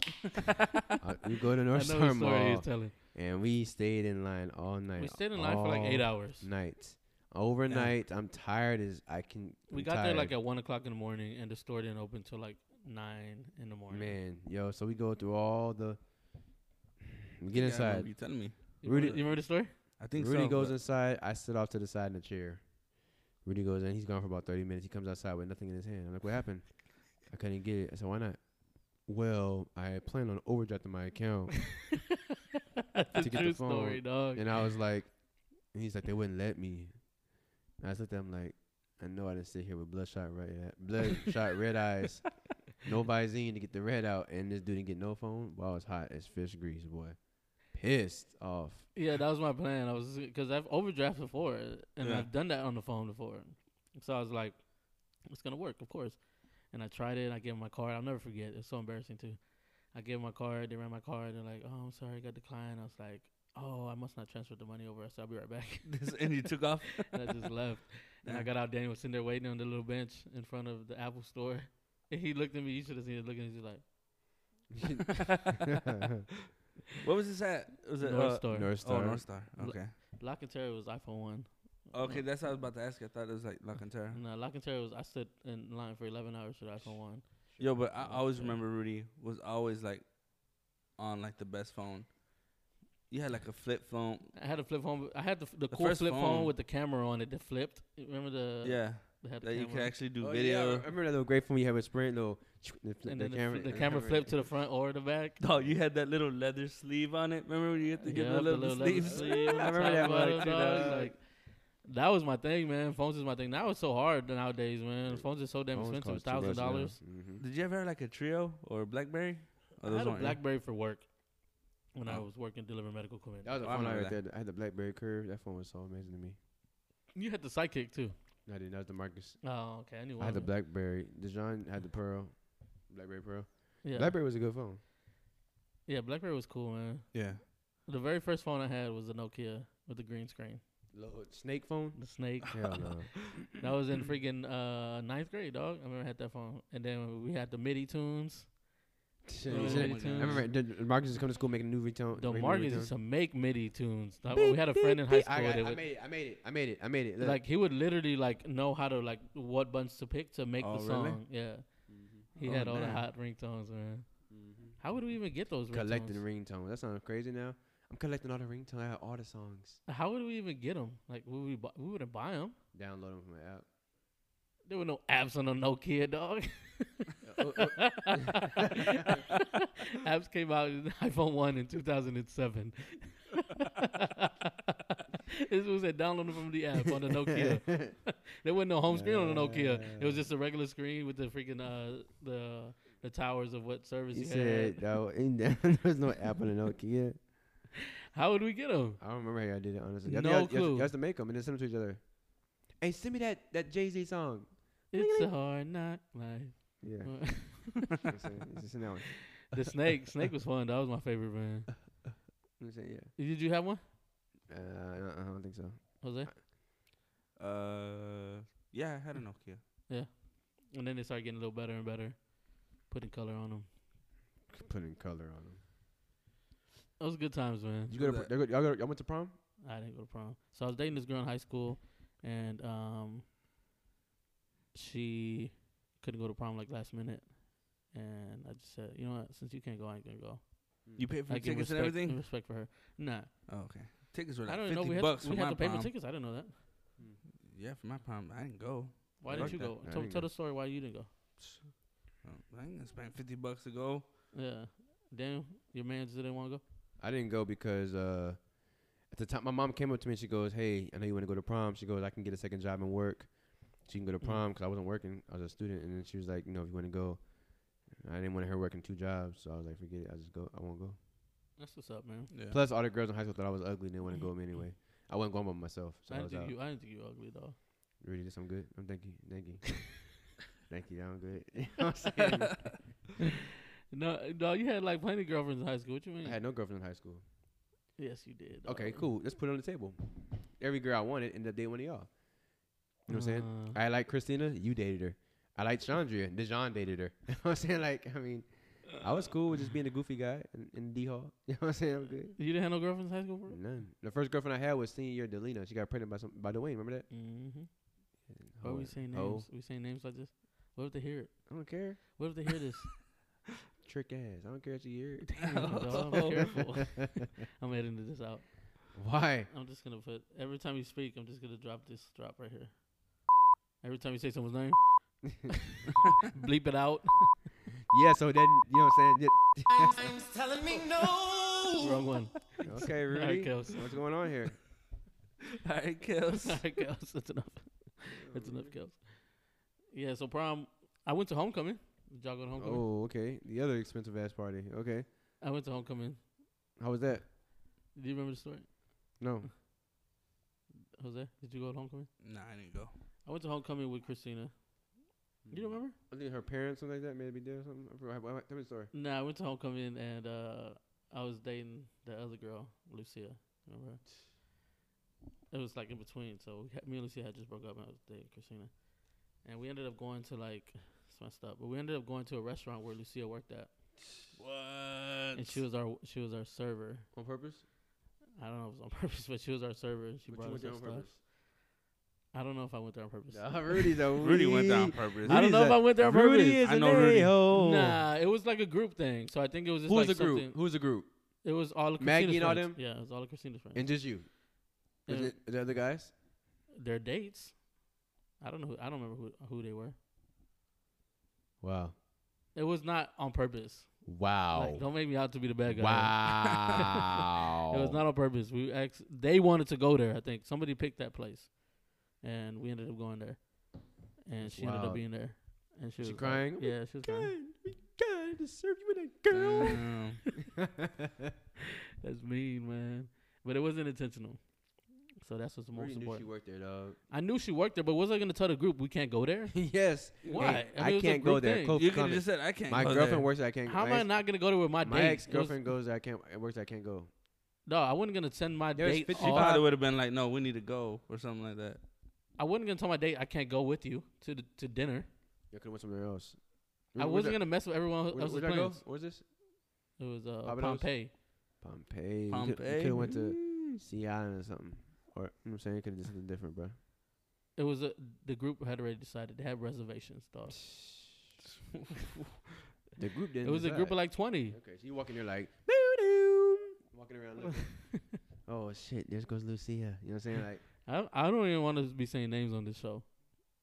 S5: I- we go to
S1: I
S5: North
S1: know the
S5: Star
S1: story he's
S5: Mall
S1: telling.
S5: and we stayed in line all night.
S1: We stayed in line for like eight
S5: all
S1: hours.
S5: Night. Overnight, I'm tired as I can.
S1: We
S5: I'm
S1: got there like
S5: tired.
S1: at one o'clock in the morning, and the store didn't open till like nine in the morning.
S5: man, yo. So we go through all the. We get
S4: Yeah, I remember
S5: inside.
S4: You telling me?
S1: you, remember,
S5: Rudy-
S1: you remember the story?
S4: I think
S5: Rudy
S4: so,
S5: goes
S4: but-
S5: inside. I sit off to the side in a chair. Rudy goes in. He's gone for about 30 minutes. He comes outside with nothing in his hand. I'm like, what happened? I couldn't get it. I said, why not? Well, I had planned on overdrafting my account.
S1: That's
S5: To
S1: a
S5: get the
S1: true story,
S5: phone
S1: dog.
S5: And I was like, and he's like, they wouldn't let me. And I just looked at him like, I know I didn't sit here with bloodshot red, bloodshot red eyes, no Visine to get the red out, and this dude didn't get no phone. Boy, I was hot as fish grease, boy, pissed off.
S1: Yeah, that was my plan. I was because I've overdraft before, and
S4: Yeah.
S1: I've done that on the phone before. So I was like, it's gonna work, of course. And I tried it. And I gave him my card. I'll never forget. It's so embarrassing too. I I gave 'em my card. They ran my card. They're like, "Oh, I'm sorry, I got declined." I was like, "Oh, I must not transfer the money over, so I'll be right back."
S4: And you took off?
S1: and I just left. And I got out. Daniel was sitting there waiting on the little bench in front of the Apple Store. And he looked at me. You should have seen him looking. at me, He's like.
S4: What was this at? Was it
S1: North
S4: uh,
S1: Star?
S4: North Oh, Star. North Star. Okay.
S1: Lock and Terror was iPhone one.
S4: Okay, that's what I was about to ask. I thought it was like Lock and Terror.
S1: No, Lock and Terror was I stood in line for eleven hours for the iPhone one.
S4: Yo, but I always remember Rudy was always like on like the best phone. You had like a flip phone.
S1: I had a flip phone. but I had the, f- the,
S4: The
S1: cool
S4: first
S1: flip phone.
S4: phone.
S1: with the camera on it that flipped. You Remember the
S4: Yeah,
S1: that had the
S4: that you could
S1: camera?
S4: actually do
S5: Oh, yeah,
S4: video.
S5: I remember that little great phone you had with Sprint, little the, fl-
S1: And
S5: the
S1: then the,
S5: camera,
S1: fl- the camera flipped to the front or the back.
S4: Oh, you had that little leather sleeve on it. Remember when you had to get the
S1: Yup, the
S4: little,
S1: little leather
S4: sleeves?
S1: sleeve on
S5: I
S1: the
S5: remember
S1: top
S5: that
S1: bottom,
S5: one, too,
S1: dog.
S5: dog.
S1: Like, that was my thing, man. Phones is my thing. Now it's so hard nowadays, man. Phones are so damn
S5: Phones
S1: expensive.
S5: cost too much
S1: Thousand
S5: now.
S1: dollars.
S5: Mhm.
S4: Did you ever have like a trio or a BlackBerry? Or
S1: I had a
S4: weren't your-
S1: BlackBerry for work when I
S4: Oh.
S1: was working delivering medical equipment.
S5: That was a
S4: I
S5: phone Oh, I,
S4: remember
S5: right there. I had the BlackBerry Curve. That phone was so amazing to me.
S1: You had the sidekick too.
S5: No, I didn't. That was the Marcus.
S1: Oh, okay. I knew.
S5: I had the
S1: one.
S5: BlackBerry. Dejan had the Pearl. BlackBerry Pearl.
S1: Yeah.
S5: BlackBerry was a good phone.
S1: yeah, BlackBerry was cool, man.
S4: Yeah.
S1: The very first phone I had was a Nokia with the green screen,
S5: Little snake phone.
S1: the snake.
S5: Hell no.
S1: That was in freaking uh, ninth grade, dog. I remember I had that phone, and then we had the MIDI tunes.
S5: Shit,
S1: Oh,
S5: you
S1: Looney
S5: said- I remember the- Marcus would come to school making a new ringtone.
S1: The
S5: making a
S1: Marcus
S5: ringtone.
S1: used to make MIDI tunes. dog. we had a friend in high school
S5: I, got
S1: that
S5: it. I
S1: would
S5: made it. I made it. I made it. I made it. Look.
S1: like he would literally like know how to like what buttons to pick to make the
S4: Oh, really?
S1: song. Yeah, he
S5: Mm-hmm.
S4: Oh,
S1: had all the
S4: damn.
S1: hot ringtones, man. How would we even get those
S5: collecting
S1: ringtones?
S5: ringtone. That sounds crazy now. I'm collecting all the ringtone. I have all the songs.
S1: How would we even get them? Like would we bu- we wouldn't buy them.
S5: Download them from my app.
S1: There were no apps on a Nokia, dog. Uh, apps came out in iPhone one in 2007. this was a download from the app on the Nokia. there wasn't no home screen on the Nokia. It was just a regular screen with the freaking uh the the towers of what service
S5: He
S1: you
S5: said,
S1: had.
S5: "No, ain't that- there's no app on the Nokia."
S1: How would we get them?
S5: I don't remember how I did it honestly. I think
S1: No
S5: y'all- y'all-
S1: clue.
S5: Y'all used to make them and then send them to each other. Hey, send me that that Jay Z song.
S1: It's a hard knock life.
S5: Yeah. I'm saying, it's just in that one.
S1: the snake, snake was fun. That was my favorite man.
S5: I'm saying, yeah.
S1: Did you have one,
S5: Uh, no, I don't think so.
S1: Jose?
S4: Uh, yeah, I had a Nokia.
S1: And then they started getting a little better and better, putting color on them.
S5: Putting color on them.
S1: Those was good times, man.
S5: You go to
S4: that.
S5: pr- y'all, go, y'all, go, y'all went to prom?
S1: I didn't go to prom. So I was dating this girl in high school, and um, she couldn't go to prom like last minute, and I just said, you know what? Since you can't go, I ain't gonna go.
S4: You paid for
S1: I
S4: the
S1: give
S4: tickets and
S1: respect,
S4: everything.
S1: respect for her. Nah,
S4: Oh, okay. Tickets were
S1: Mm. I
S4: like
S1: don't even know
S4: fifty
S1: we had
S4: bucks
S1: we
S4: for
S1: had
S4: my
S1: to pay for
S4: prom.
S1: tickets. I didn't know that.
S4: Yeah, for my prom, I didn't go.
S1: Why
S4: I
S1: didn't
S4: like
S1: you
S4: that.
S1: go?
S5: I
S1: Tell,
S5: didn't
S1: tell
S5: go.
S1: the story why you didn't go.
S4: I ain't gonna spend fifty bucks to go.
S1: Yeah, Daniel, your man just didn't want to go.
S5: I didn't go because uh, at the time my mom came up to me and she goes, "Hey, I know you want to go to prom." She goes, "I can get a second job and work." She can go to
S1: Mm.
S5: prom because I wasn't working. I was a student, and then she was like, "You know, if you want to go," I didn't want her working two jobs, so I was like, "Forget it. I just go. I won't go."
S1: That's what's up, man.
S4: Yeah.
S5: Plus, all the girls in high school thought I was ugly and they wouldn't go with me anyway. I wasn't going by myself, so
S1: I
S5: I,
S1: didn't
S5: was
S1: think
S5: out.
S1: you. I didn't think you were ugly though.
S5: Really, this I'm good. I'm thank you, thank you, thank you. I'm good. You know what I'm saying?
S1: No, no, you had like plenty of girlfriends in high school. What you mean?
S5: I had no girlfriend in high school.
S1: yes, you did.
S5: Okay,
S1: dog.
S5: cool. Let's put it on the table. Every girl I wanted ended up dating one of y'all. You know what I'm saying?
S1: Uh,
S5: I like Christina. You dated her. I like Chandria. Dejan dated her. You know what I'm saying? Like, I mean, I was cool with just being a goofy guy in, in D Hall. You know what I'm saying? I'm good.
S1: You didn't have no girlfriends in high school, bro?
S5: None. The first girlfriend I had was senior year Delina. She got pregnant by some by Dwayne. Remember that?
S1: Mm-hmm. Why we saying names?
S5: Hoe.
S1: We saying names like this? What if they hear it?
S5: I don't care.
S1: What if they hear this?
S5: Trick ass. I don't care what you hear.
S1: Damn, dog, I'm careful. I'm editing this out.
S5: Why?
S1: I'm just gonna put every time you speak, I'm just gonna drop this drop right here. Every time you say someone's name, bleep it out.
S5: Yeah. So then, you know what I'm saying?
S6: telling me no.
S1: Wrong one.
S5: Yeah. Okay, Rudy.
S1: Kels.
S5: what's going on here?
S4: All right, Kels.
S1: Alright, Kels, that's enough. That's enough, Kels. Yeah. So prom. I went to homecoming. Did y'all go to homecoming?
S5: Oh, okay. The other expensive ass party. Okay.
S1: I went to homecoming.
S5: How was that?
S1: Do you remember the story,
S5: No.
S1: Jose? Did you go to homecoming?
S4: nah, I didn't go.
S1: I went to homecoming with Christina. You remember?
S5: I think her parents, something like that, maybe did or something. I forgot. Wha- wha- Tell me the story.
S1: Nah, I went to homecoming and uh, I was dating the other girl, Lucia. Remember? her? It was like in between, so we had, me and Lucia had just broke up, and I was dating Christina, and we ended up going to like it's messed up, but we ended up going to a restaurant where Lucia worked at,
S4: What?
S1: and she was our she was our server.
S5: On purpose?
S1: I don't know if it was on purpose, but she was our server, and she
S5: But you
S1: brought
S5: went
S1: us
S5: there
S1: our
S5: on
S1: stuff.
S5: purpose?
S1: I don't know if I went there on purpose.
S5: Nah, Rudy's a
S4: Rudy went there on
S5: wee-
S4: purpose.
S1: I don't
S5: Rudy's
S1: know if
S5: a-
S1: I went there on purpose.
S5: Rudy is
S4: I
S5: an
S4: know Rudy.
S5: a-hole.
S1: Nah, it was like a group thing, so I think it was just
S5: Who was
S1: like
S5: the
S1: something-
S5: group? Who was the group?
S1: It was all of Christina's
S5: Maggie and all
S1: friends.
S5: them?
S1: Yeah, it was all of Christina's friends.
S5: And just you? Is
S1: Yeah.
S5: it the other guys?
S1: Their dates. I don't know. Who, I don't remember who who they were.
S5: Wow.
S1: It was not on purpose.
S5: Wow.
S1: Like, don't make me out to be the bad guy.
S10: Mm-hmm.
S5: Wow.
S1: it was not on purpose. We ex- they wanted to go there. I think somebody picked that place, and we ended up going there. And she ended
S5: Wow.
S1: up being there. And she
S5: She
S1: was like-
S5: crying?
S1: yeah, she was crying.
S5: We got to serve you with a girl.
S4: Damn.
S1: That's mean, man. But it wasn't intentional. So that's what's the most
S5: Rudy knew she
S1: important.
S5: worked there, dog.
S1: I knew she worked there, but was I going to tell the group we can't go there?
S5: yes.
S1: Why?
S5: Hey,
S1: I mean,
S5: I,
S1: it was a
S5: can't
S1: group
S5: go there.
S1: thing.
S5: Close
S4: You could have
S5: comment.
S4: just said I can't.
S5: My
S4: go
S5: girlfriend
S4: there.
S5: works. there, I can't.
S1: Oh, How am
S5: my
S1: I not going to go to where my,
S5: My
S1: date?
S5: ex
S1: It was-
S5: girlfriend goes. there, I can't. It works. there, I can't go.
S1: No, I wasn't gonna send my
S5: There's
S1: date.
S5: 50
S4: She
S1: off.
S4: probably would have been like, "No, we need to go" or something like that.
S1: I wasn't gonna tell my date I can't go with you to the, to dinner.
S5: You could have went somewhere else.
S1: I wasn't gonna mess with everyone else's
S5: Where, where did I go?
S1: plans.
S5: What was this?
S1: It was uh,
S5: Barbados?
S1: Pompeii.
S5: Pompeii.
S4: Pompeii.
S5: Could have went to Sea Island or something. Or you know what I'm saying, could have did something different, bro.
S1: It was uh the group had already decided they had reservations. Though
S5: The group didn't.
S1: it was a group of like twenty.
S5: Okay, so you walking there like boo walking around. Looking. oh shit! There goes Lucia. You know what I'm saying? Like
S1: I don't- I don't even want to be saying names on this show.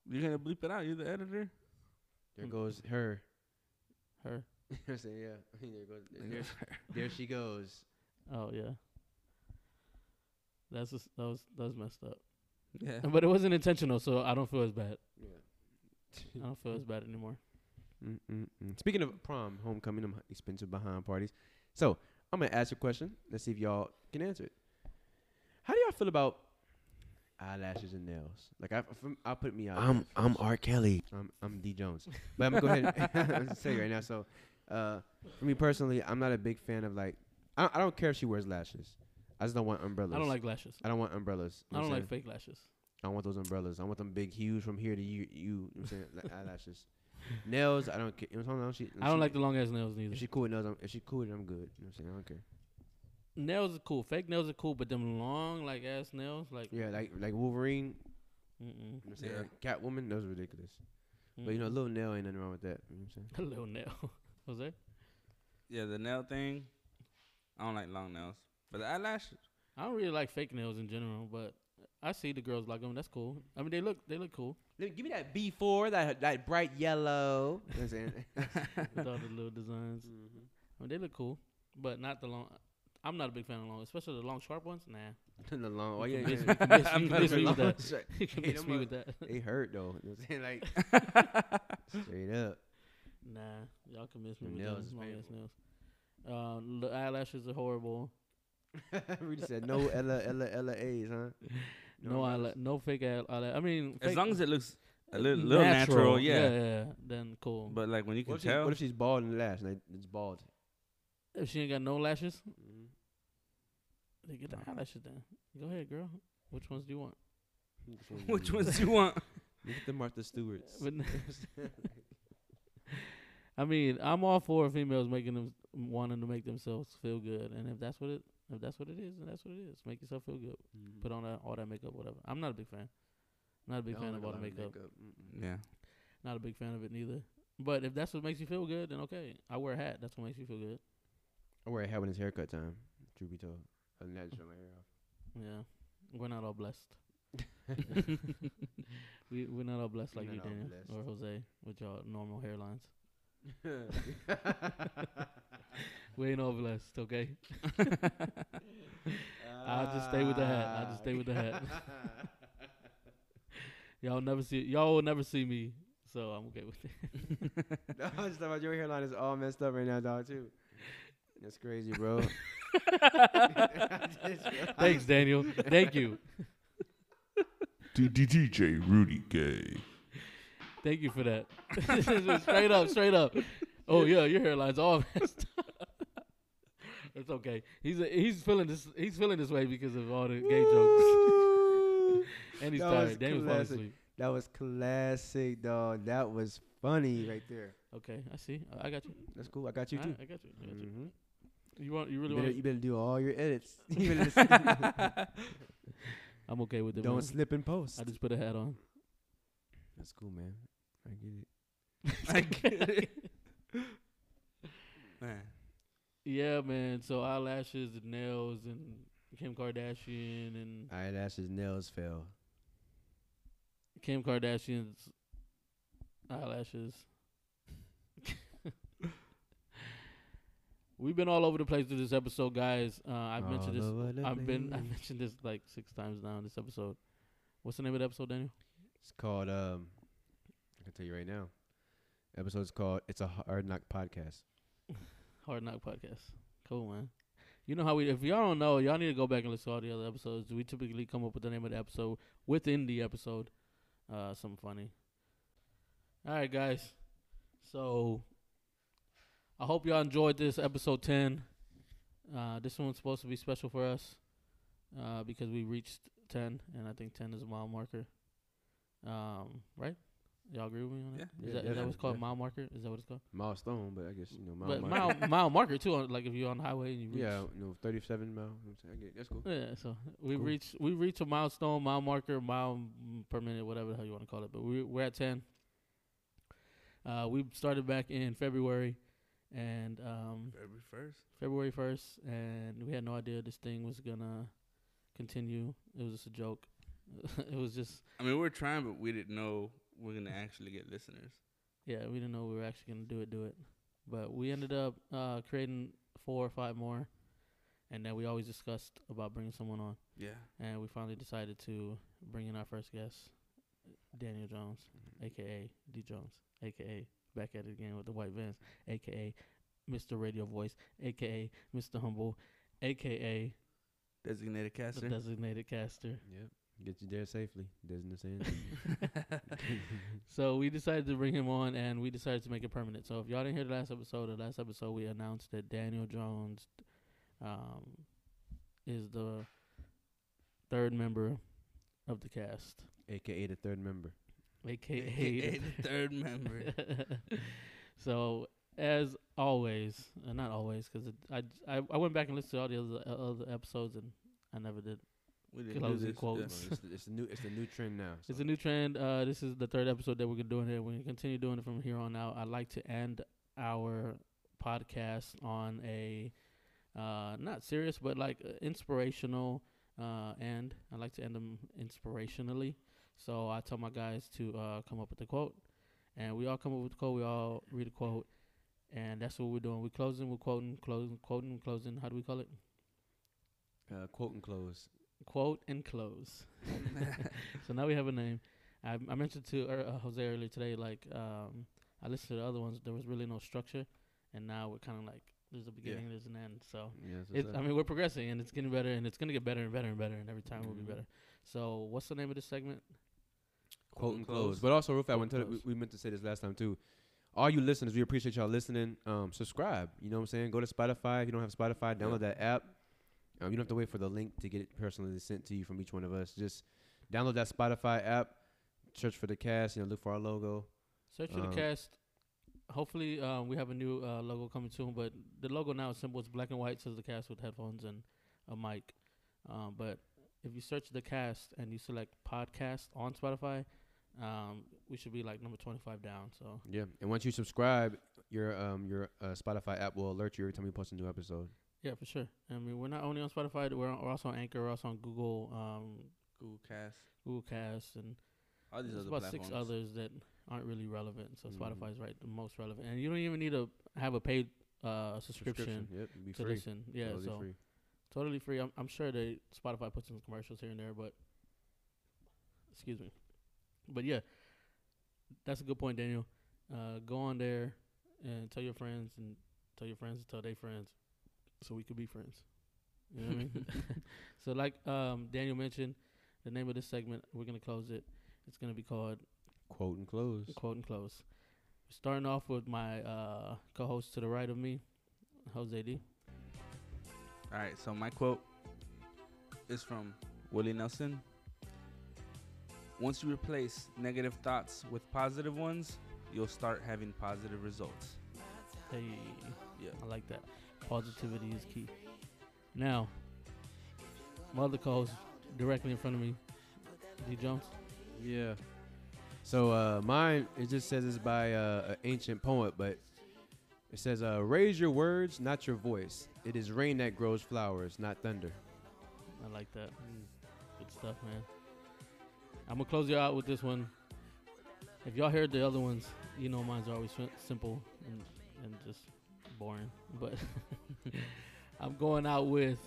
S4: You're gonna bleep it out. You're the editor.
S1: Hmm.
S5: there goes her.
S1: Her.
S5: You know what I'm saying? Yeah. there goes. There, there she goes.
S1: Oh yeah. That's just, that was that was messed up.
S4: Yeah.
S1: But it wasn't intentional, so I don't feel as bad.
S5: Yeah.
S1: I don't feel as bad anymore.
S5: Mm-mm-mm. Speaking of prom, homecoming, them expensive behind parties. So I'm gonna ask a question. Let's see if y'all can answer it. How do y'all feel about eyelashes and nails? Like I, from, I put me out. I'm I'm R. Kelly. I'm I'm D. Jones. But I'm gonna go ahead. And I'm just saying right now. So, uh, for me personally, I'm not a big fan of like. I, I don't care if she wears lashes. I just don't want umbrellas.
S1: I don't like lashes.
S5: I don't want umbrellas. You
S1: I
S5: know
S1: don't
S5: what I'm
S1: like
S5: saying?
S1: fake lashes.
S5: I want those umbrellas. I want them big, huge from here to you. You, you know what I'm saying like eyelashes, nails. I don't care. You know what I'm saying? She-
S1: I don't
S5: she-
S1: like the long ass nails
S5: If
S1: neither.
S5: she cool with nails, I'm, if she cool with it, I'm good. You know what I'm saying? I don't care.
S1: Nails are cool. Fake nails are cool, but them long like ass nails, like
S5: Yeah, like like Wolverine,
S1: mm-mm.
S5: you know what I'm saying? Like Catwoman, those are ridiculous. But you know, a
S1: Mm-mm.
S5: little nail ain't nothing wrong with that. You know what I'm saying?
S1: a little nail. Was there?
S4: Yeah, the nail thing. I don't like long nails, but the eyelashes.
S1: I don't really like fake nails in general, but I see the girls like them. That's cool. I mean, they look they look cool
S5: give me that B four, that that bright yellow. You know what I'm saying? Mm-hmm.
S1: with all the little designs. I mean, they look cool, but not the long. I'm not a big fan of long, especially the long sharp ones. Nah,
S5: the long. Oh
S1: You
S5: yeah,
S1: can
S5: yeah,
S1: miss-
S5: yeah.
S1: you can miss- you can miss
S5: I'm not
S1: me with
S5: gonna
S1: that.
S5: lie.
S1: you can
S5: Hey,
S1: miss
S5: them
S1: me
S5: are-
S1: with that.
S5: They hurt though. You know what I'm saying? Like straight up.
S1: Nah, y'all can miss me
S5: Them
S1: with
S5: nails
S1: those
S5: is
S1: long ass nails. Um, the eyelashes are horrible.
S5: Rudy said no Ella Ella Ella A's, huh?
S1: No, I no fake eyelash. I mean,
S4: As
S1: fake-
S4: long as it looks a little, little natural, yeah.
S1: yeah, yeah, Then cool.
S4: But like when you can
S5: What if, she,
S4: tell,
S5: what if she's bald and lash? Like it's bald.
S1: If she ain't got no lashes,
S5: Mhm.
S1: then get the eyelashes done. Go ahead, girl. Which ones do you want?
S4: which ones you want?
S5: Look at the Martha Stewart's.
S1: But n- I mean, I'm all for females making them wanting to make themselves feel good, and if that's what it if that's what it is, then that's what it is. Make yourself feel good.
S5: Mm-hmm.
S1: Put on that, all that makeup, whatever. I'm not a big fan. Not a big fan of all the makeup.
S4: Yeah.
S1: Not a big fan of it neither. But if that's what makes you feel good, then okay. I wear a hat. That's what makes you feel good.
S5: I wear a hat when it's haircut time. Truth be told, other than that, just my hair off.
S1: Yeah, we're not all blessed. we we're not all blessed like
S5: We're
S1: you,
S5: not all
S1: Daniel or
S5: blessed.
S1: Jose, with y'all normal hairlines. We ain't all blessed, okay? I'll just stay with the hat. I'll just stay with the hat. y'all never see y'all will never see me, so I'm okay with it.
S5: no, I'm just talking about your hairline is all messed up right now, dog. Too. That's crazy, bro. Oh.
S1: Thanks, Daniel. Thank you.
S10: DJ Rudy Gay.
S1: Thank you for that. straight up, straight up. Oh yeah, your hairline's all messed up. it's okay. He's a, he's feeling this he's feeling this way because of all the gay jokes. and he's
S5: That was
S1: tired. Daniel's falling
S5: classic.
S1: asleep.
S5: That was classic, dog. That was funny right there.
S1: Okay, I see. I, I got you.
S5: That's cool. I got you
S1: I-
S5: too.
S1: I got you. I got you.
S5: Mhm.
S1: You want you
S5: You
S1: really
S5: better,
S1: want
S5: you better do all your edits. You better just-
S1: I'm okay with it.
S5: Don't
S1: man.
S5: slip and post.
S1: I just put a hat on.
S5: That's cool, man. I get it.
S4: I get it. Man.
S1: Yeah, man. So eyelashes and nails and Kim Kardashian and
S5: Eyelashes, nails fell.
S1: Kim Kardashian's eyelashes. We've been all over the place through this episode, guys. Uh, I've mentioned
S5: All over
S1: this.
S5: the
S1: I've been. I
S5: place.
S1: mentioned this like six times now in this episode. What's the name of the episode, Daniel?
S5: It's called. Um, I can tell you right now. Episode's called "It's a Hard Knock Podcast."
S1: Hard Knock Podcast. Cool, man. You know how we, if y'all don't know, y'all need to go back and listen to all the other episodes. We typically come up with the name of the episode within the episode. Uh, something funny. All right, guys. So I hope y'all enjoyed this episode 10. Uh, this one's supposed to be special for us uh, because we reached 10, and I think 10 is a mile marker. Um, right? Y'all agree with me on that?
S5: Yeah.
S1: Is
S5: Yeah,
S1: that, is that what's
S5: definitely,
S1: called
S5: yeah.
S1: mile marker? Is that what it's called?
S5: Milestone, but I guess you know. Mile
S1: but mile
S5: marker.
S1: mile marker too. on- Like if you're on the highway and you reach.
S5: Yeah, no, thirty-seven mile. you know what I'm saying? I get it. That's cool.
S1: Yeah, so we
S5: Cool.
S1: reach we reach a milestone, mile marker, mile m- per minute, whatever the hell you want to call it. But we we're at ten. Uh, we started back in February, and um,
S4: February first.
S1: February first, and we had no idea this thing was gonna continue. It was just a joke. it was just
S4: I mean, we were trying, but we didn't know we are gonna actually get listeners.
S1: yeah, we didn't know we were actually gonna do it, do it. But we ended up uh, creating four or five more, and then we always discussed about bringing someone on.
S4: Yeah.
S1: and we finally decided to bring in our first guest, Daniel Jones, aka D Jones, aka back at it again with the white vans, aka Mr. Radio Voice, aka Mr. Humble, aka
S4: Designated caster.
S1: the designated caster.
S5: Yep. Get you there safely. Doesn't it say?
S1: So we decided to bring him on, and we decided to make it permanent. So if y'all didn't hear the last episode, the last episode we announced that Daniel Jones, um, is the third member of the cast.
S5: AKA the third member.
S1: aka, the
S4: AKA the third member.
S1: so as always, uh, not always, because I, I I went back and listened to all the other, uh, other episodes and I never did.
S4: We
S1: didn't
S4: didn't
S1: do Closing this, yeah. quotes.
S5: Well, it's, the- it's the new. It's the new trend now.
S1: It's
S5: so
S1: a new trend. Uh, this is the third episode that we're gonna do in here. We're gonna continue doing it from here on out. I like to end our podcast on a uh, not serious, but like uh, inspirational uh, end. I like to end them inspirationally. So I tell my guys to uh, come up with a quote, and we all come up with a quote. We all read a quote, and that's what we're doing. We're closing. We're quoting. Closing. Quoting. Closing. How do we call it?
S5: uh, quote and close.
S1: quote and close. so now we have a name. I, I mentioned to er, uh, Jose earlier today, like um, I listened to the other ones. There was really no structure, and now we're kind of like there's a beginning, there's an end. So
S5: Yeah, that's what's
S1: it's,
S5: up.
S1: I mean, we're progressing, and it's getting better, and it's gonna get better and better and better, and every time we'll be
S5: Mhm.
S1: better. So what's the name of this segment?
S5: quote
S4: and
S5: and close.
S4: close.
S5: But also, Roof, I
S1: Quote
S5: want to tell
S1: and
S5: we,
S1: close.
S5: we meant to say this last time too. All you listeners, we appreciate y'all listening. Um, subscribe. You know what I'm saying? Go to Spotify. If you don't have Spotify, download that app. Um, you don't have to wait for the link to get it personally sent to you from each one of us. Just download that Spotify app. Search for the cast. You know, look for our logo.
S1: Search for
S5: Um,
S1: the cast. Hopefully, um, we have a new uh, logo coming soon. But the logo now is simple. It's black and white. Says the cast with headphones and a mic. Um, but if you search the cast and you select podcast on Spotify, um, we should be like number twenty-five down. So
S5: Yeah. And once you subscribe, your um your uh, Spotify app will alert you every time we post a new episode.
S1: yeah, for sure. I mean, we're not only on Spotify. We're, on, we're also on Anchor. We're also on Google, um,
S4: Google Cast.
S1: Google Cast, and
S4: All these
S1: There's
S4: other
S1: about
S4: platforms.
S1: six others that aren't really relevant. So
S5: Mhm.
S1: Spotify's right the most relevant, and you don't even need to have a paid uh, subscription,
S5: Yep. it'll Be
S1: to
S5: free.
S1: listen. Yeah,
S5: Totally
S1: so
S5: free.
S1: totally free. I'm, I'm sure they Spotify puts some commercials here and there, but excuse me, but yeah, that's a good point, Daniel. Uh, go on there and tell your friends, and tell your friends to tell their friends, so we could be friends. You know what I mean? so, like um, Daniel mentioned, the name of this segment, we're gonna close it. It's gonna be called
S5: Quote and close.
S1: Quote and close. Starting off with my uh, co-host to the right of me, Jose D.
S4: All right, so my quote is from Willie Nelson. Once you replace negative thoughts with positive ones, you'll start having positive results.
S1: Hey, yeah, I like that. Positivity is key. Now, my other co-host directly in front of me, D Jones.
S5: Yeah. So uh, mine, it just says it's by uh, an ancient poet, but it says, uh, "Raise your words, not your voice. It is rain that grows flowers, not thunder."
S1: I like that. Good stuff, man. I'm gonna close you out with this one. If y'all heard the other ones, you know mine's are always sim- simple and and just boring. But I'm going out with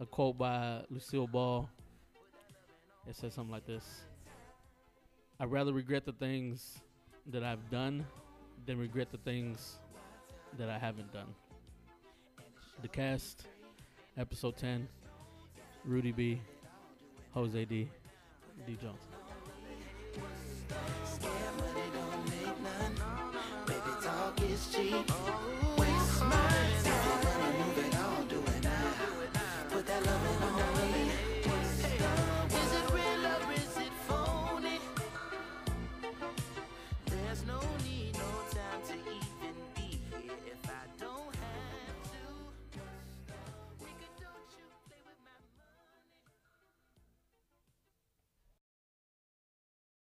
S1: a quote by Lucille Ball. It says something like this: "I rather regret the things that I've done than regret the things that I haven't done." The cast, episode ten. Rudy B, Jose D, D Jones.